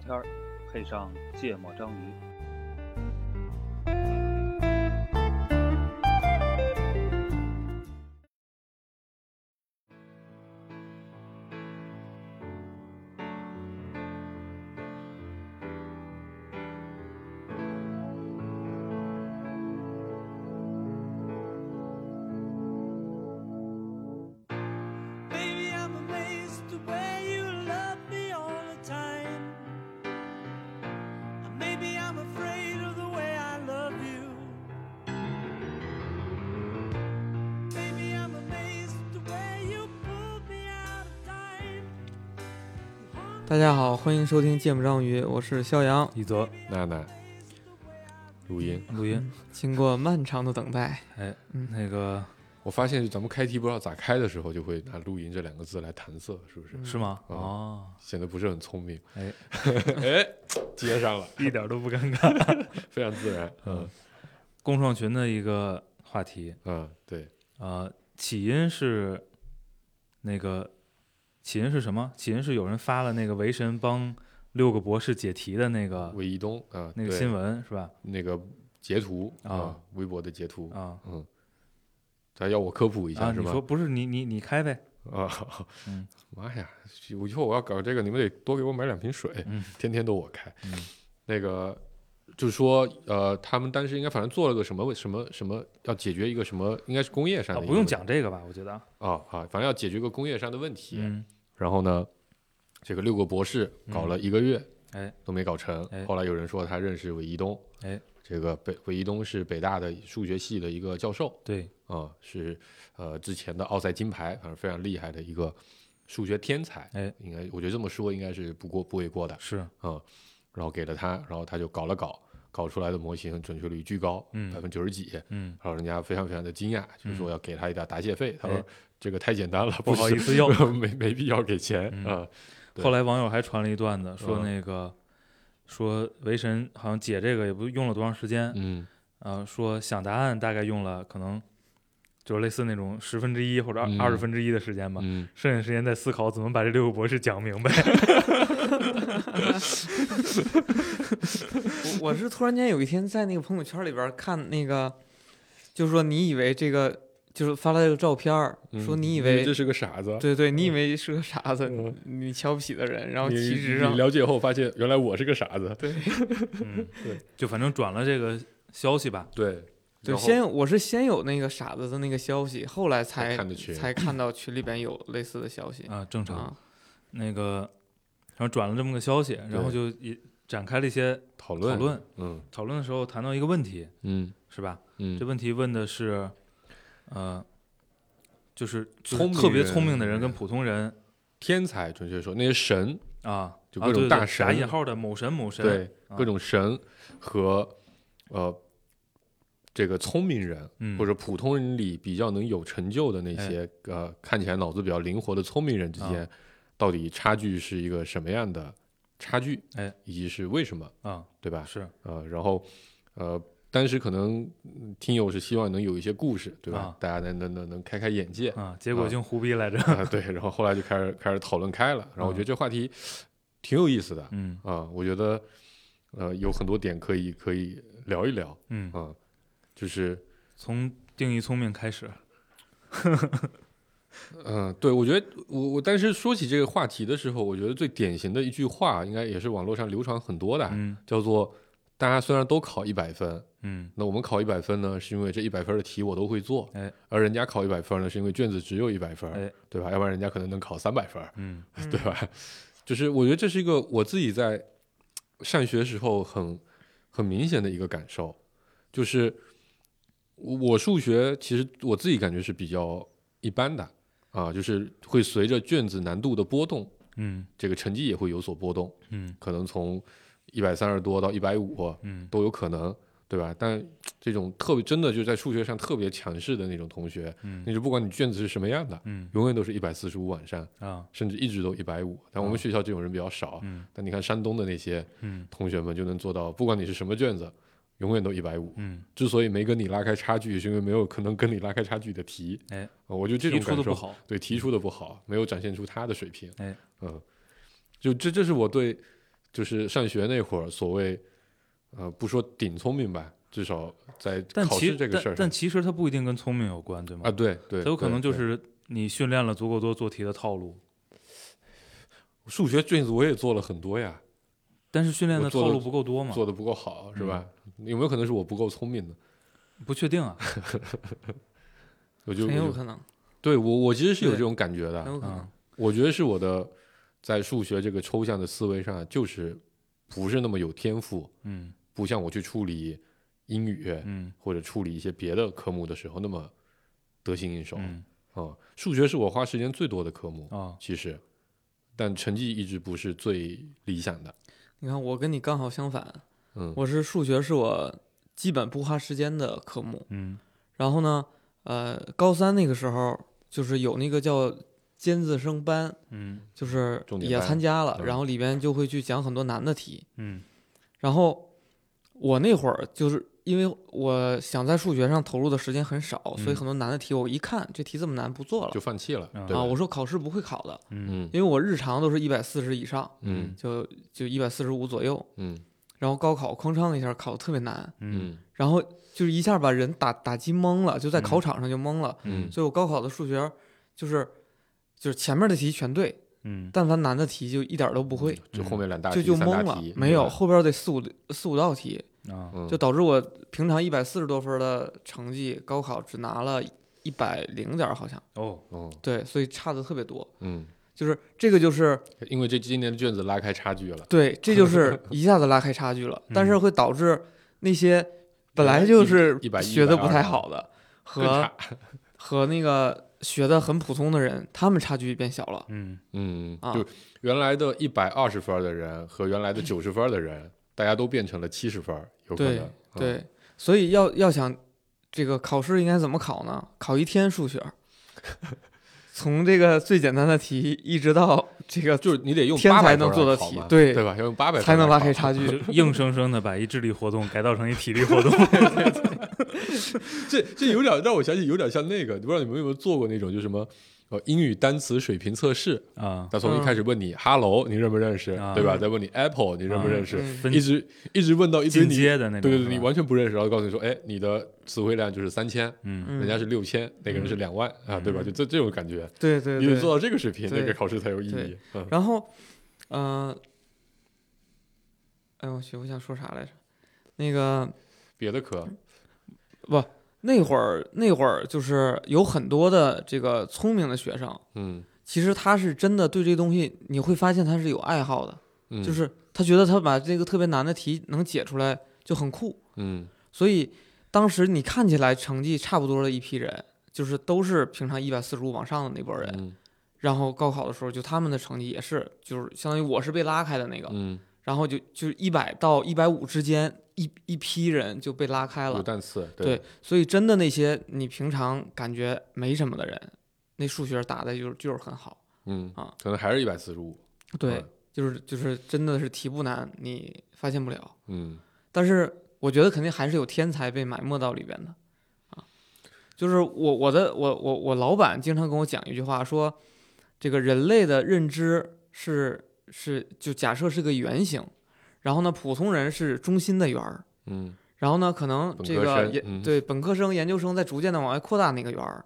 片儿，配上芥末章鱼。 Baby, I'm amazed the way you love me all the time. And Maybe I'm afraid of the way I love you. Baby, I'm amazed the way you pull me out of time. 大家好，欢迎收听《芥末章鱼》，我是肖阳。一泽娜娜录音，录音，经过漫长的等待，哎嗯，那个我发现咱们开题不知道咋开的时候，就会拿“录音”这两个字来搪塞，是不是？是吗？嗯哦，显得不是很聪明。哎哎，接上了， 一点都不尴 尬。非常自然。嗯嗯，共创群的一个话题，嗯，对，呃，起因是那个起因是什么？起因是有人发了那个维神帮六个博士解题的那个魏一东啊，那个对新闻是吧？那个截图啊啊，微博的截图，啊嗯，他要我科普一啊，下是你吗说？不是你你你开呗？啊嗯，妈呀！我以后我要搞这个，你们得多给我买两瓶水，嗯天天都我开。嗯那个就是说，呃，他们当时应该反正做了个什么什么什么，要解决一个什么，应该是工业上啊，的一个不问用题讲这个吧？我觉得啊，啊啊，反正要解决一个工业上的问题。嗯然后呢，这个六个博士搞了一个月，哎，都没搞成。哎后来有人说他认识韦一东，哎，这个北韦一东是北大的数学系的一个教授，对，啊、是呃之前的奥赛金牌，反正非常厉害的一个数学天才。哎，应该我觉得这么说应该是不过不为过的啊、是嗯然后给了他，然后他就搞了搞，搞出来的模型准确率巨高，嗯百分之九十几。嗯，然后人家非常非常的惊讶，就嗯是说要给他一点答谢费。他哎说这个太简单了，不好意思是要没没必要给钱嗯啊、对后来网友还传了一段子，说嗯那个、说维神好像解这个也不用了多长时间，嗯呃，说想答案大概用了可能就类似那种十分之一或者嗯二十分之一的时间吧，嗯，剩下的时间在思考怎么把这六个博士讲明白。 我我是突然间有一天在那个朋友圈里边看那个，就是说你以为这个就是发了这个照片儿，嗯说你以为这是个傻子，对对，你以为是个傻子，嗯你瞧不起的人，然后你其实你上了解后发现原来我是个傻子。对嗯，对，就反正转了这个消息吧。对对，然后先有我是先有那个傻子的那个消息，后来才才看的群才看到群里边有类似的消息啊、正常。啊，那个，然后转了这么个消息，然后就也展开了一些讨论讨论。嗯讨论的时候谈到一个问题，嗯是吧？嗯这，问题问的是，呃，就是就是聪明特别人哎聪明的人跟普通人天才，准确说那些神，啊，就啊各种对对大对打神引号的某神某神，对啊各种神和呃这个聪明人嗯，哎或者普通人里比较能有成就的那些呃看起来脑子比较灵活的聪明人之啊间，到底差距是一个什么样的差距？哎，以及是为什么，啊对吧？是呃，然后呃。当时可能嗯听友是希望能有一些故事，对吧？啊大家能能能能开开眼界，啊，结果啊净胡逼来着。啊， 对，然后后来就开始开始讨论开了，然后我觉得啊这话题挺有意思的啊、嗯我觉得呃有很多点可以可以聊一聊嗯，啊、就是从定义聪明开始，嗯、呃对我觉得我我当时说起这个话题的时候，我觉得最典型的一句话，应该也是网络上流传很多的，嗯叫做大家虽然都考一百分，嗯那我们考一百分呢，是因为这一百分的题我都会做，哎而人家考一百分呢，是因为卷子只有一百分，哎对吧？要不然人家可能能考三百分。嗯对吧？就是我觉得这是一个我自己在上学时候很很明显的一个感受，就是我我数学其实我自己感觉是比较一般的啊，就是会随着卷子难度的波动，嗯这个成绩也会有所波动，嗯可能从一百三十多到一百五嗯都有可能，对吧？但这种特别真的就是在数学上特别强势的那种同学，嗯那就不管你卷子是什么样的，嗯永远都是一百四十五往上。啊甚至一直都一百五。但我们学校这种人比较少，啊嗯但你看山东的那些嗯同学们就能做到，不管你是什么卷子，永远都一百五。嗯，之所以没跟你拉开差距，是因为没有可能跟你拉开差距的题。哎呃，我就这提种出感的不受，好，嗯对提出的不好，没有展现出他的水平。哎，嗯，就这这是我对就是上学那会儿，所谓呃，不说顶聪明吧，至少在但考其试这个但事儿上但其实它不一定跟聪明有关，对吗？啊，对对，它有可对能就对是你训练了足够多做题的套路，数学卷子我也做了很多呀，但是训练我的做套的路不够多嘛？做的不够好是吧？嗯有没有可能是我不够聪明呢？不确定 啊，我就很我有就啊可能，对我我其实是有对这种感觉很的，有可能啊。我觉得是我的在数学这个抽象的思维上就是不是那么有天赋，嗯不像我去处理英语嗯或者处理一些别的科目的时候那么得心应手啊、嗯嗯数学是我花时间最多的科目，啊，其实，但成绩一直不是最理想的。你看，我跟你刚好相反，嗯，我是数学是我基本不花时间的科目。嗯然后呢，呃，高三那个时候就是有那个叫尖子生班，嗯就是重点也班参加了，嗯然后里边就会去讲很多难的题。嗯然后我那会儿就是因为我想在数学上投入的时间很少，所以嗯很多难的题我一看这题这么难不做了就放弃了，啊对吧啊，我说考试不会考的，嗯嗯因为我日常都是一百四十以上，嗯就就一百四十五左右，嗯然后高考哐当一下考的特别难，嗯嗯然后就是一下把人打打击懵了，就在嗯考场上就懵了，嗯所以我高考的数学就是就是前面的题全对，嗯但凡难的题就一点儿都不会。就哎后面两大嗯就嗯题就三大懵了题，没有，后边得四五四五道题，啊嗯就导致我平常一百四十多分的成绩，高考只拿了一百零点儿，好像哦嗯对，所以差的特别多。嗯，就是这个，就是因为这今年的卷子拉开差距了，对，这就是 一下子拉开差距了，但是嗯会导致那些本原来来就一是110学的不太120好的更和差。和那个学的很普通的人，他们差距变小了。嗯嗯，啊就原来的一百二十分的人和原来的九十分的人，大家都变成了七十分，有可对能。嗯，对，所以要要想这个考试应该怎么考呢？考一天数学，从这个最简单的题一直到这个就是你得用天800才分能来做的考题嘛对对吧？要用八百才能拉开考差 距。就硬生生的把一智力活动改造成一体力活动。 这这有点让我想起，有点像那个，不知道你们有没有做过那种，就什么呃英语单词水平测试，啊，他从一开嗯始问你 “hello”，你认不认识，啊对吧？再问你 “apple”，你认不认识，嗯分一直一直问到一堆进你阶的那对种，对是对，吧你完全不认识，然后告诉你说：“哎，你的词汇量就是三千，嗯嗯人家是六千，那个人是两万啊，对吧？”就这这种感觉，对对你得对。做到这个水平，对那个考试才有意义对。嗯然后，嗯，哎呦我去，我想说啥来着？那个别的科，那会儿那会儿就是有很多的这个聪明的学生，嗯其实他是真的对这东西，你会发现他是有爱好的。嗯，就是他觉得他把这个特别难的题能解出来就很酷，嗯所以当时你看起来成绩差不多的一批人，就是都是平常一百四十五往上的那波人，嗯然后高考的时候就他们的成绩也是，就是相当于我是被拉开的那个，嗯，然后就就一百到一百五之间一一批人就被拉开有了，单词，对，所以真的那些你平常感觉没什么的人，那数学打的就是就是很好，嗯啊，可能还是一百四十五，对嗯，就是就是真的是题不难，你发现不了。嗯但是我觉得肯定还是有天才被埋没到里边的啊。就是我我的我我我老板经常跟我讲一句话，说这个人类的认知是是就假设是个圆形，然后呢普通人是中心的圆儿，嗯然后呢可能本这科个生也、嗯对本科生研究生在逐渐的往外扩大那个圆儿。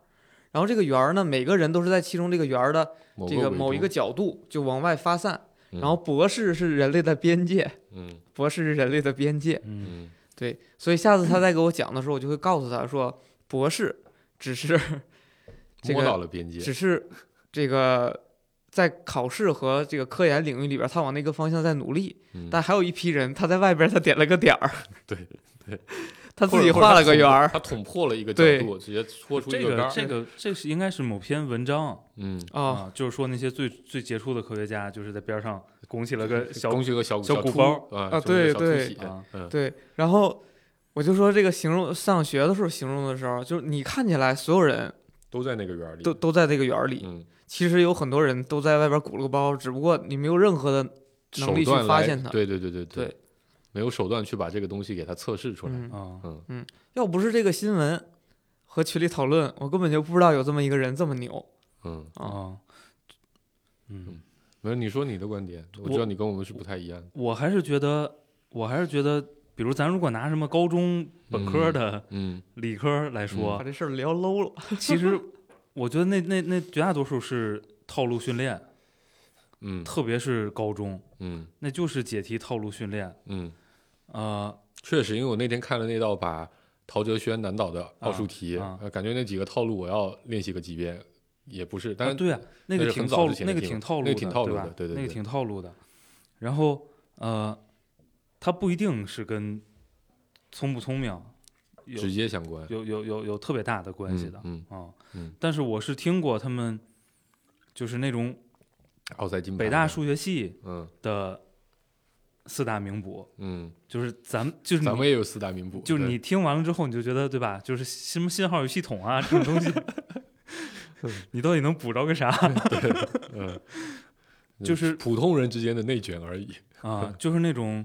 然后这个圆儿呢，每个人都是在其中这个圆儿的某这个维某一度个角度就往外发散。嗯然后博士是人类的边界，嗯博士是人类的边界。嗯嗯对，所以下次他再给我讲的时候，我就会告诉他说，博士只是这 摸到个，了边界只，是这个在考试和这个科研领域里边，他往那个方向在努力，嗯但还有一批人，他在外边他点了个点儿， 对对，他自己画了个圆儿他捅破了一个角对度，直接戳出这一杆个儿。这个这是应该是某篇文章嗯，啊，啊，就是说那些最最杰出的科学家，就是在边上拱起了 个小东西有个小小鼓鼓包啊啊中间有对个小凸起啊嗯对，然后我就说这个形容上学的时候形容的时候，就是你看起来所有人都在那个圆儿里，都都在这个圆儿里，嗯，其实有很多人都在外边鼓了个包，只不过你没有任何的能力手段去发来现它对对对对对，没有手段去把这个东西给它测试出来。嗯啊，嗯要不是这个新闻和群里讨论，我根本就不知道有这么一个人这么牛。嗯，啊啊，嗯，没有，你说你的观点，我我知道你跟我们是不太一样的。我还是觉得，我还是觉得，比如咱如果拿什么高中本科的嗯理科来把说，这事儿聊 low 了。其实我觉得那那那绝大多数是套路训练，嗯特别是高中，嗯那就是解题套路训练。嗯，呃，确实，因为我那天看了那道把陶哲轩难倒的奥数题，啊啊呃感觉那几个套路我要练习个几遍，也不是，但啊是、对啊，那那个是挺很早套之路，前那个的题目挺套路那个挺套路对的吧？对对那个对挺套路的。然后呃，它不一定是跟聪不聪明有直接相关有有有有特别大的关系嗯的啊、嗯，嗯但是我是听过他们就是那种奥赛金牌北大，数学系嗯的四大名捕，嗯，就是咱们就是咱你们也有四大名捕，就是对你听完了之后，你就觉得对吧？就是什么信号与系统啊这种 东西， 你到底能捕着个啥嗯，就是普通人之间的内卷而已。啊？就是那种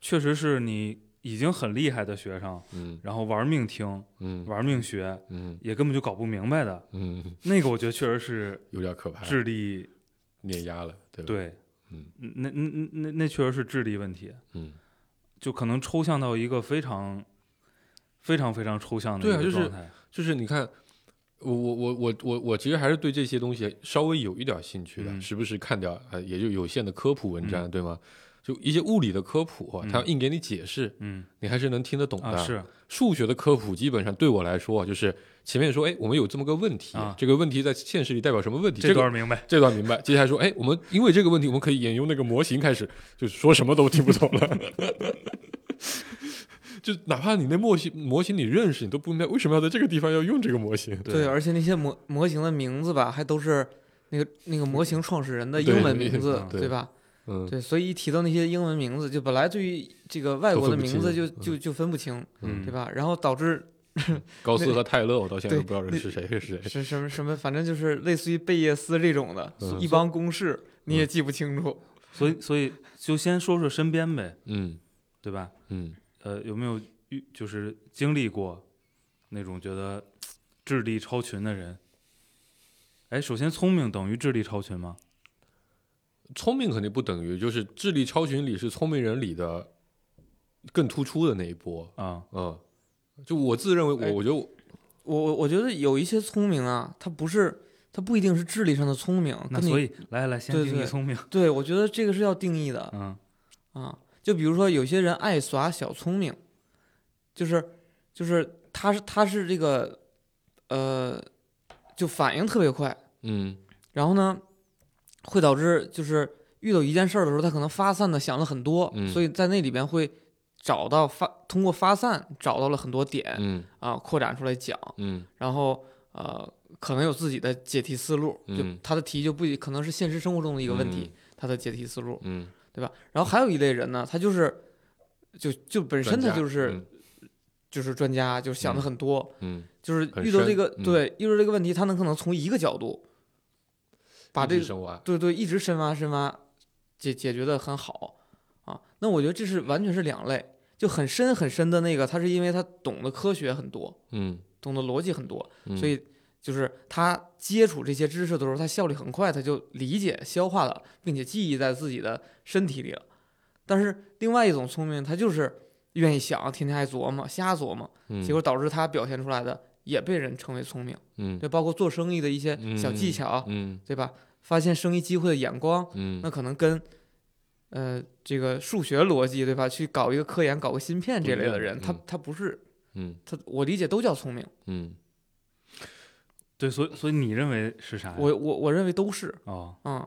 确实是你已经很厉害的学生，嗯然后玩命听、嗯玩命学，嗯也根本就搞不明白的嗯，那个，我觉得确实是有点可怕，智力碾压了，哎对吧？，对，嗯那那那那那确实是智力问题，嗯，就可能抽象到一个非常非常非常抽象的一对啊个就是状态。就是你看，我我我我我我其实还是对这些东西稍微有一点兴趣的，嗯时不时看点儿呃，也就有限的科普文章，嗯对吗？就一些物理的科普啊，嗯它硬给你解释，嗯你还是能听得懂的。啊是数学的科普，基本上对我来说啊就是前面说，哎，我们有这么个问题，啊这个问题在现实里代表什么问题？这这个段明白。这段明白，接下来说，哎，我们因为这个问题，我们可以沿用那个模型开始，就是说什么都听不懂了。就哪怕你那模型模型你认识，你都不明白为什么要在这个地方要用这个模型。对，而且那些模模型的名字吧，还都是那个那个模型创始人的对啊英文名字，对对吧？嗯，对，所以一提到那些英文名字，就本来对于这个外国的都分不名字清就就就分不清，嗯，对？吧？然后导致高斯那和泰勒，我到现在都对不知道人是谁是谁。是什么什么，反正就是类似于贝叶斯这种的，嗯一帮公式你也记不清楚。所以所以就先说说身边呗，嗯对吧？嗯呃，有没有遇就是经历过那种觉得嘖智力超群的人？哎，首先聪明等于智力超群吗？聪明肯定不等于，就是智力超群里是聪明人里的更突出的那一波。啊，嗯，就我自认为我，哎我觉得我我我我觉得有一些聪明啊，他不是他不一定是智力上的聪明，那跟你所以来来先对定义对聪明，对我觉得这个是要定义的嗯啊。就比如说有些人爱耍小聪明，就是就是他是他是这个呃，就反应特别快，嗯然后呢会导致就是遇到一件事儿的时候，他可能发散的想了很多，嗯所以在那里边会找到发通过发散找到了很多点。嗯啊扩展出来讲，嗯然后呃可能有自己的解题思路，就嗯他的题就不一可能是现实生活中的一个问题，他的解题思路，嗯，对吧？然后还有一类人呢，他就是就就本身他专家就是就是专家，就是想的嗯很多，嗯，嗯就是很遇到这深个嗯对遇到这个问题，他能可能从一个角度把一这直个深挖对对一直深挖深挖解解决的很好啊。那我觉得这是完全是两类。就很深很深的那个，他是因为他懂得科学很多，嗯，懂得逻辑很多，嗯所以就是他接触这些知识的时候，他效率很快，他就理解、消化了，并且记忆在自己的身体里了。但是另外一种聪明，他就是愿意想，天天爱琢磨、瞎琢磨，嗯结果导致他表现出来的也被人称为聪明。嗯就包括做生意的一些小技巧，嗯对吧？发现生意机会的眼光，嗯，那可能跟呃这个数学逻辑，对吧？去搞一个科研、搞个芯片这类的人，不一他样嗯他不是嗯他，我理解都叫聪明。嗯对，所以所以你认为是哎啥呀？我我我认为都是，哦，嗯。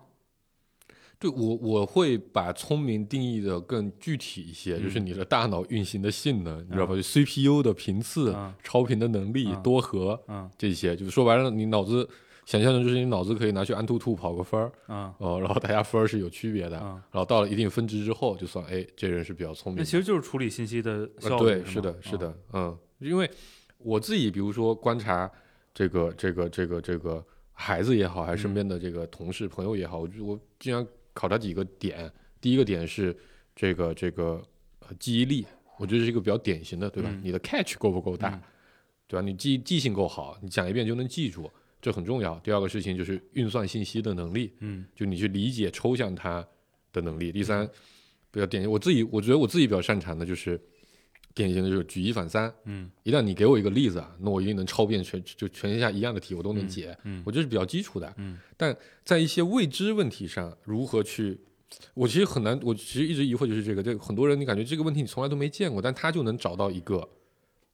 对我我会把聪明定义的更具体一些，就是嗯你的大脑运行的性能，你知道吧？就 CPU 的频次、啊超频的能力、啊多核嗯这些，就是说白了，你脑子想象的就是你脑子可以拿去安兔兔跑个分儿嗯哦，然后大家分儿是有区别的，嗯，然后到了一定分值之后，就算哎，这人是比较聪明那的。其实就是处理信息的效啊、率对，吗，是的，是啊，的，嗯，因为我自己比如说观察这个这个这个这个孩子也好，还是嗯身边的这个同事朋友也好，我就我经常考察几个点。第一个点是这个这个呃记忆力，我觉得是一个比较典型的，对吧？嗯你的 catch 够不够大，嗯对吧？你记记性够好，你讲一遍就能记住。这很重要。第二个事情就是运算信息的能力，嗯就你去理解抽象它的能力。第三，比较典型，我自己我觉得我自己比较擅长的就是典型的就是举一反三。嗯一旦你给我一个例子啊，那我一定能超遍全就全天下一样的题我都能解。嗯我这是比较基础的。嗯，但在一些未知问题上，如何去？我其实很难，我其实一直疑惑就是这个，这很多人你感觉这个问题你从来都没见过，但他就能找到一个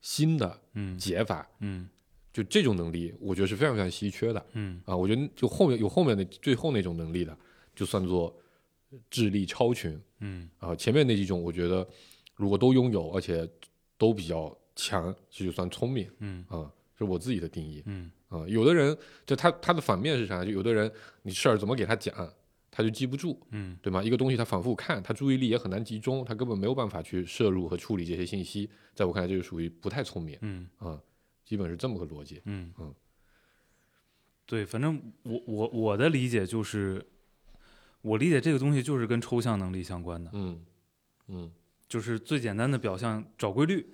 新的嗯解法，嗯就这种能力，我觉得是非常非常稀缺的嗯啊！我觉得就后面有后面的最后那种能力的，就算作智力超群嗯啊。前面那几种，我觉得如果都拥有，而且都比较强，这就算聪明嗯啊，是我自己的定义。嗯啊、有的人就他他的反面是啥？就有的人你事儿怎么给他讲，他就记不住，嗯对吗？一个东西他反复看，他注意力也很难集中，他根本没有办法去摄入和处理这些信息。在我看来，这就属于不太聪明嗯啊、基本是这么个逻辑。嗯嗯，对，反正我我我的理解就是，我理解这个东西就是跟抽象能力相关的，嗯嗯，就是最简单的表象找规律，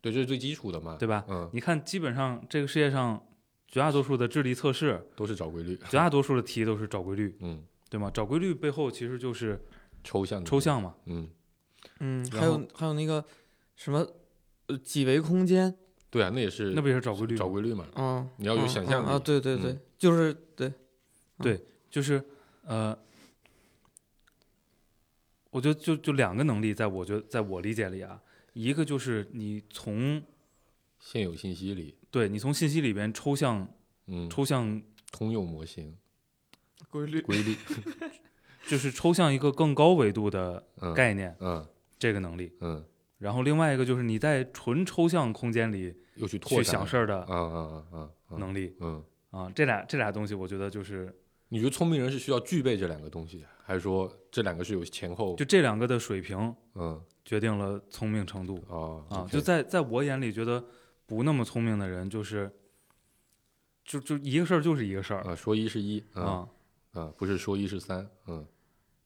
对，这是最基础的嘛，对吧？嗯，你看，基本上这个世界上绝大多数的智力测试，都是找规律。绝大多数的题都是找规律，嗯，对吗？找规律背后其实就是抽象的抽。象嘛。嗯，嗯，然还后有还有那个什么呃几维空间，对啊，那也是那不也是找规律吗？找规律嘛。嗯，你要有嗯想象嗯啊，力对对对，嗯就是对，就是呃，我觉得就就两个能力，在我觉得在我理解里啊，一个就是你从现有信息里，对你从信息里边抽象嗯，抽象，通用模型规律，规律。 就是抽象一个更高维度的嗯，概念，嗯这个能力。嗯，然后另外一个就是你在纯抽象空间里又去拓去展想事儿啊的啊啊啊啊，能力嗯。啊，这俩这俩东西我觉得就是你觉得聪明人是需要具备这两个东西，还是说这两个是有前后？就这两个的水平嗯决定了聪明程度。哦啊， OK 就在在我眼里，觉得不那么聪明的人，就是就就一个事儿就是一个事儿啊，说一是一啊啊啊，不是说一是三，嗯，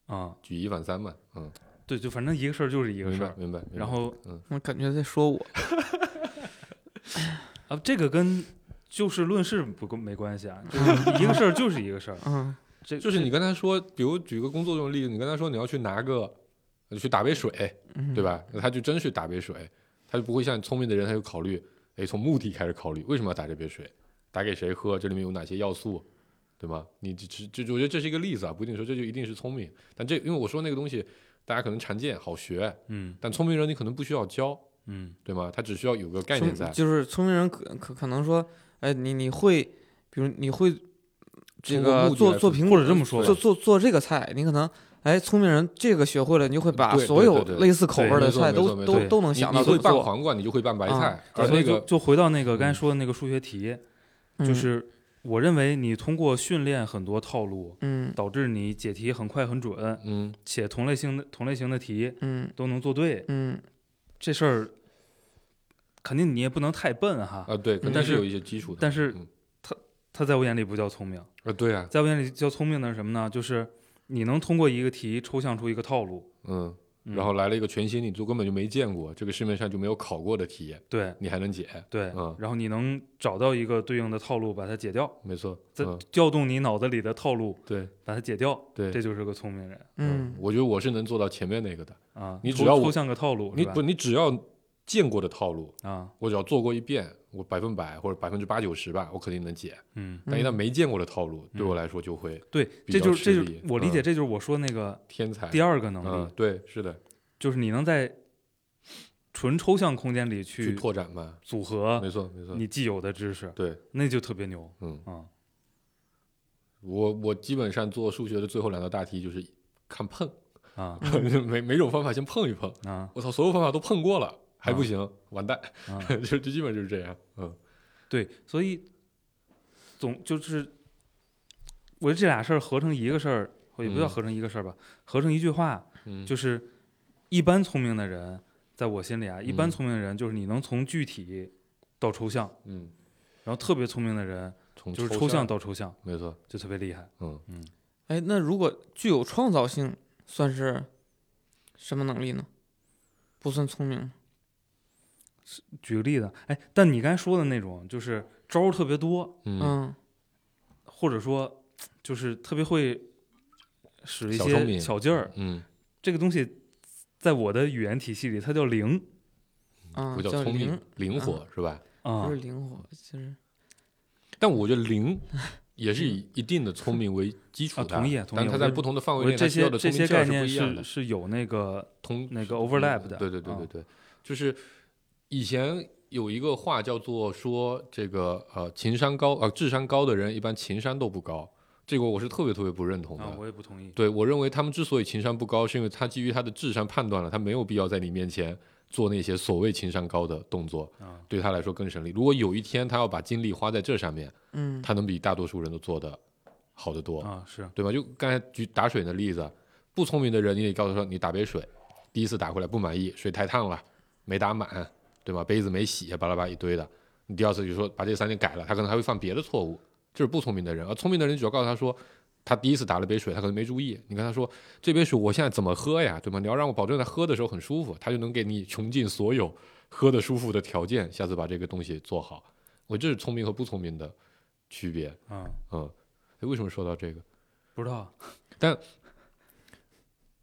啊，举一反三嘛，嗯，对，就反正一个事儿就是一个明事白儿。明白。明白然后我感觉在说我，啊，这个跟就事论事不跟没关系啊，就是一个事儿就是一个事儿。嗯，这就是你跟他说，比如举个工作中的例子，你跟他说你要去拿个去打杯水，嗯 对吧？那他就真去打杯水，他就不会像聪明的人，他就考虑，哎，从目的开始考虑，为什么要打这杯水？打给谁喝？这里面有哪些要素，对吗？你这这这，我觉得这是一个例子啊，不一定说这就一定是聪明，但这因为我说那个东西，大家可能常见好学，嗯但聪明人你可能不需要教，嗯对吗？他只需要有个概聪念在，就是聪明人可可可能说，哎，你你会，比如你会这通过目个的做来做分苹或果，者这么说吧做做做这个菜，你可能哎，聪明人这个学会了，你就会把对所对有对对类似口味对儿没的错菜没都错没都错都能你想到你怎会么拌做，黄瓜，你就会拌白菜啊，而所那以就个嗯就回到那个刚才说的那个数学题，就嗯是我认为你通过训练很多套路，嗯导致你解题很快很准，嗯且同类型的同类型的题嗯都能做对。嗯这事儿肯定你也不能太笨哈。啊对，但但是是有一些基础的，但是嗯他在我眼里不叫聪明，啊对啊，在我眼里叫聪明的是什么呢？就是你能通过一个题抽象出一个套路，嗯。嗯然后来了一个全新你就根本就没见过，这个市面上就没有考过的题，对你还能解？对，嗯然后你能找到一个对应的套路把它解掉，没错，再嗯，调动你脑子里的套路对把它解掉，对，这就是个聪明人嗯我觉得我是能做到前面那个的。啊。你抽只要我抽象个套路，你是吧不，你只要见过的套路，啊，我只要做过一遍，我百分百或者百分之八九十吧，我肯定能解。嗯，但一旦没见过的套路，嗯对我来说就会对，比这较就是这吃就力是我理解，嗯这就是我说那个天才。第二个能嗯力，，对，是的，就是你能在纯抽象空间里去去拓展嘛，组合没错，没错，啊你既有的知识，对，那就特别牛嗯，啊。我我基本上做数学的最后两道大题就是看碰，啊 每每种方法先碰一碰。啊，我操，所有方法都碰过了，还不行，完蛋，啊 就就基本就是这样。嗯对，所以总就是，我觉得这俩事儿合成一个事儿，也不叫嗯合成一个事儿吧，合成一句话，嗯，就是一般聪明的人，在我心里啊，一般嗯聪明的人就是你能从具体到抽象，嗯，然后特别聪明的人从就是抽抽象，到抽象没错，就特别厉害。嗯嗯，哎，那如果具有创造性，算是什么能力呢？不算聪明，举个例子，哎，但你刚才说的那种就是招儿特别多，嗯嗯或者说就是特别会使一小聪些明巧劲儿。嗯，这个东西在我的语言体系里，它叫灵啊，嗯不叫聪灵明，灵活是吧？啊不是，灵活，就是但我觉 得灵也是以一定的聪明为基础啊的，同意同意但它我在觉得不同的范我围觉内，得它这需些要的这聪些明概劲儿是不念一样的是，是有那个通嗯那个 overlap 的对对对啊对对，就是以前有一个话叫做说这个呃情商高呃智商高的人一般情商都不高，这个我是特别特别不认同的。啊，我也不同意。对我认为他们之所以情商不高，是因为他基于他的智商判断了，他没有必要在你面前做那些所谓情商高的动作，啊对他来说更省力。如果有一天他要把精力花在这上面，嗯，他能比大多数人都做得好得多，啊，是对吧？就刚才举打水的例子，不聪明的人，你得告诉他，你打杯水，第一次打回来不满意，水太烫了，没打满，对吧？杯子没洗，巴拉巴拉一堆的。你第二次就说把这三点改了，他可能还会犯别的错误，这是不聪明的人。而聪明的人，你只要告诉他说，他第一次打了杯水，他可能没注意。你跟他说这杯水我现在怎么喝呀，对吗？你要让我保证在喝的时候很舒服，他就能给你穷尽所有喝的舒服的条件。下次把这个东西做好，我这是聪明和不聪明的区别。啊，嗯，哎为什么说到这个？不知啊道。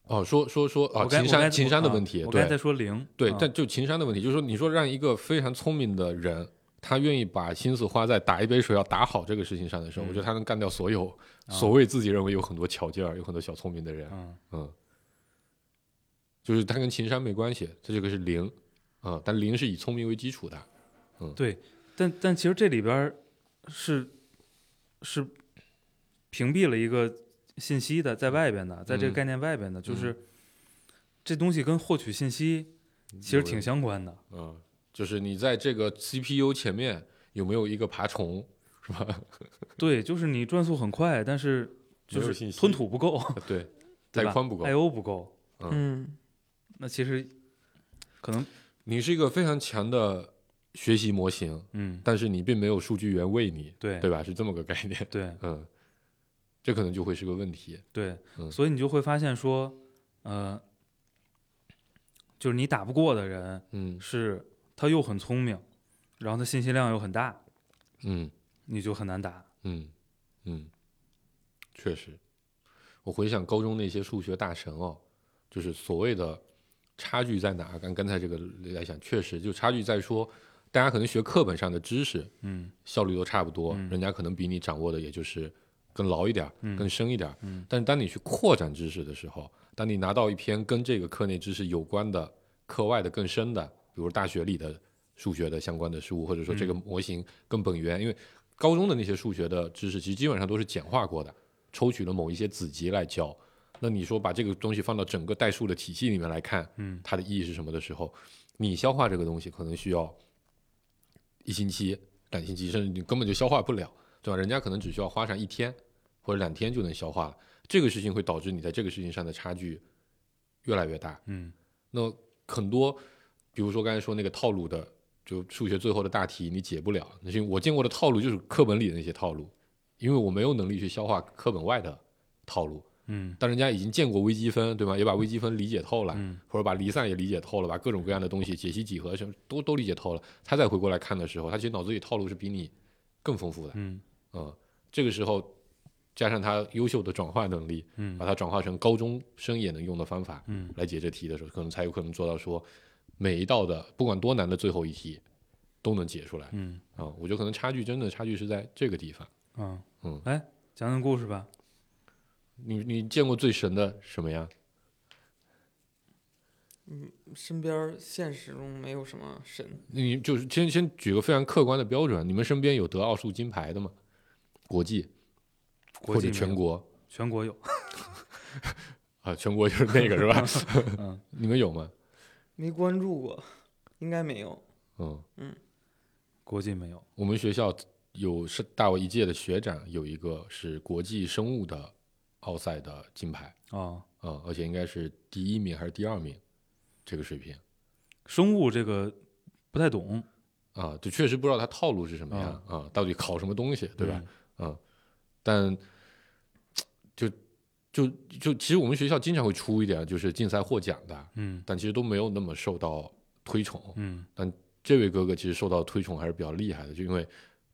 哦，说说说啊，我刚情我商刚情商的啊问题，我刚才在对说灵，对啊，但就情商的问题，就是说，你说让一个非常聪明的人，他愿意把心思花在打一杯水要打好这个事情上的时候，我嗯觉得他能干掉所有啊所谓自己认为有很多巧劲儿、有很多小聪明的人，嗯嗯，就是他跟情商没关系，这这个是零，啊，但零是以聪明为基础的，对，但但其实这里边儿是是屏蔽了一个信息的，在外边的，在这个嗯概念外边的，就是这东西跟获取信息其实挺相关的。嗯，就是你在这个 CPU 前面有没有一个爬虫，是吧？对，就是你转速很快，但是就没有是信 息吞吐不够，对，带对吧哎宽不够。 I O 不够，嗯那其实可能你是一个非常强的学习模型，嗯，但是你并没有数据源喂你，对对吧？是这么个概念，对嗯，这可能就会是个问题。对，嗯所以你就会发现说，呃，就是你打不过的人，嗯是他又很聪明，然后他信息量又很大，嗯你就很难打。嗯嗯，确实，我回想高中那些数学大神哦，就是所谓的差距在哪？按刚才这个来讲，确实就差距在说，大家可能学课本上的知识，嗯效率都差不多，嗯人家可能比你掌握的也就是更牢一点儿、嗯更深一点儿。嗯但是当你去扩展知识的时候，当你拿到一篇跟这个课内知识有关的、课外的更深的，比如大学里的数学的相关的事物，或者说这个嗯模型跟本源，因为高中的那些数学的知识其实基本上都是简化过的，抽取了某一些子集来教。那你说把这个东西放到整个代数的体系里面来看，嗯它的意义是什么的时候，你消化这个东西可能需要一星期、两星期，甚至你根本就消化不了，对吧？人家可能只需要花上一天或者两天就能消化了。这个事情会导致你在这个事情上的差距越来越大。嗯那很多，比如说刚才说那个套路的，就数学最后的大题你解不了，那是因为我见过的套路就是课本里的那些套路，因为我没有能力去消化课本外的套路。嗯但人家已经见过微积分，对吗？也把微积分理解透了，嗯或者把离散也理解透了，把各种各样的东西解析几何什么都都理解透了，他再回过来看的时候，他其实脑子里套路是比你更丰富的，嗯嗯，这个时候加上他优秀的转化能力，嗯把它转化成高中生也能用的方法嗯来解这题的时候，可能才有可能做到说每一道的不管多难的最后一题都能解出来啊、嗯嗯我觉得可能差距真的差距是在这个地方。啊嗯哎，讲讲故事吧。你你见过最神的什么呀？身边儿现实中没有什么神，你就是先先举个非常客观的标准，你们身边有得奥数金牌的吗？国际国际或者全没有国全国有， 啊，全国就是那个是吧？ 嗯你们有吗？没关注过，应该没有。嗯，国际没有。我们学校有是大我一届的学长，有一个是国际生物的奥赛的金牌哦，啊、嗯而且应该是第一名还是第二名这个水平生物这个不太懂，啊，就确实不知道他套路是什么样嗯啊、到底考什么东西，对吧？？啊但就就就其实我们学校经常会出一点就是竞赛获奖的，嗯但其实都没有那么受到推崇。嗯这位哥哥其实受到推崇还是比较厉害的，就因为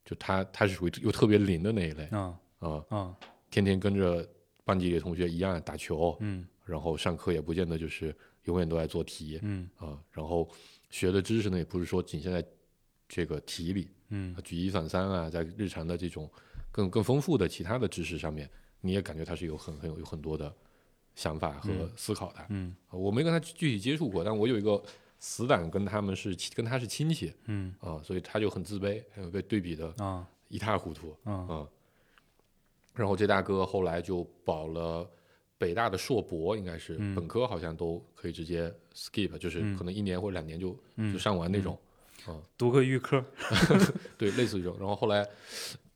就他他是属于又特别灵的那一类，啊啊，啊，天天跟着班级里的同学一样打球，嗯然后上课也不见得就是永远都在做题嗯啊，然后学的知识呢，也不是说仅限在这个题里，嗯举一反三啊，在日常的这种更更丰富的其他的知识上面，你也感觉他是有很很有有很多的想法和嗯思考的。嗯我没跟他具体接触过，但我有一个死党跟他们是亲跟他是亲戚嗯啊、所以他就很自卑，还有被对比的啊一塌糊涂啊、啊然后这大哥后来就保了北大的硕博，应该是、嗯本科好像都可以直接 skip，就是嗯可能一年或者两年就、嗯就上完那种。读个预科，对，类似于这种。然后后来，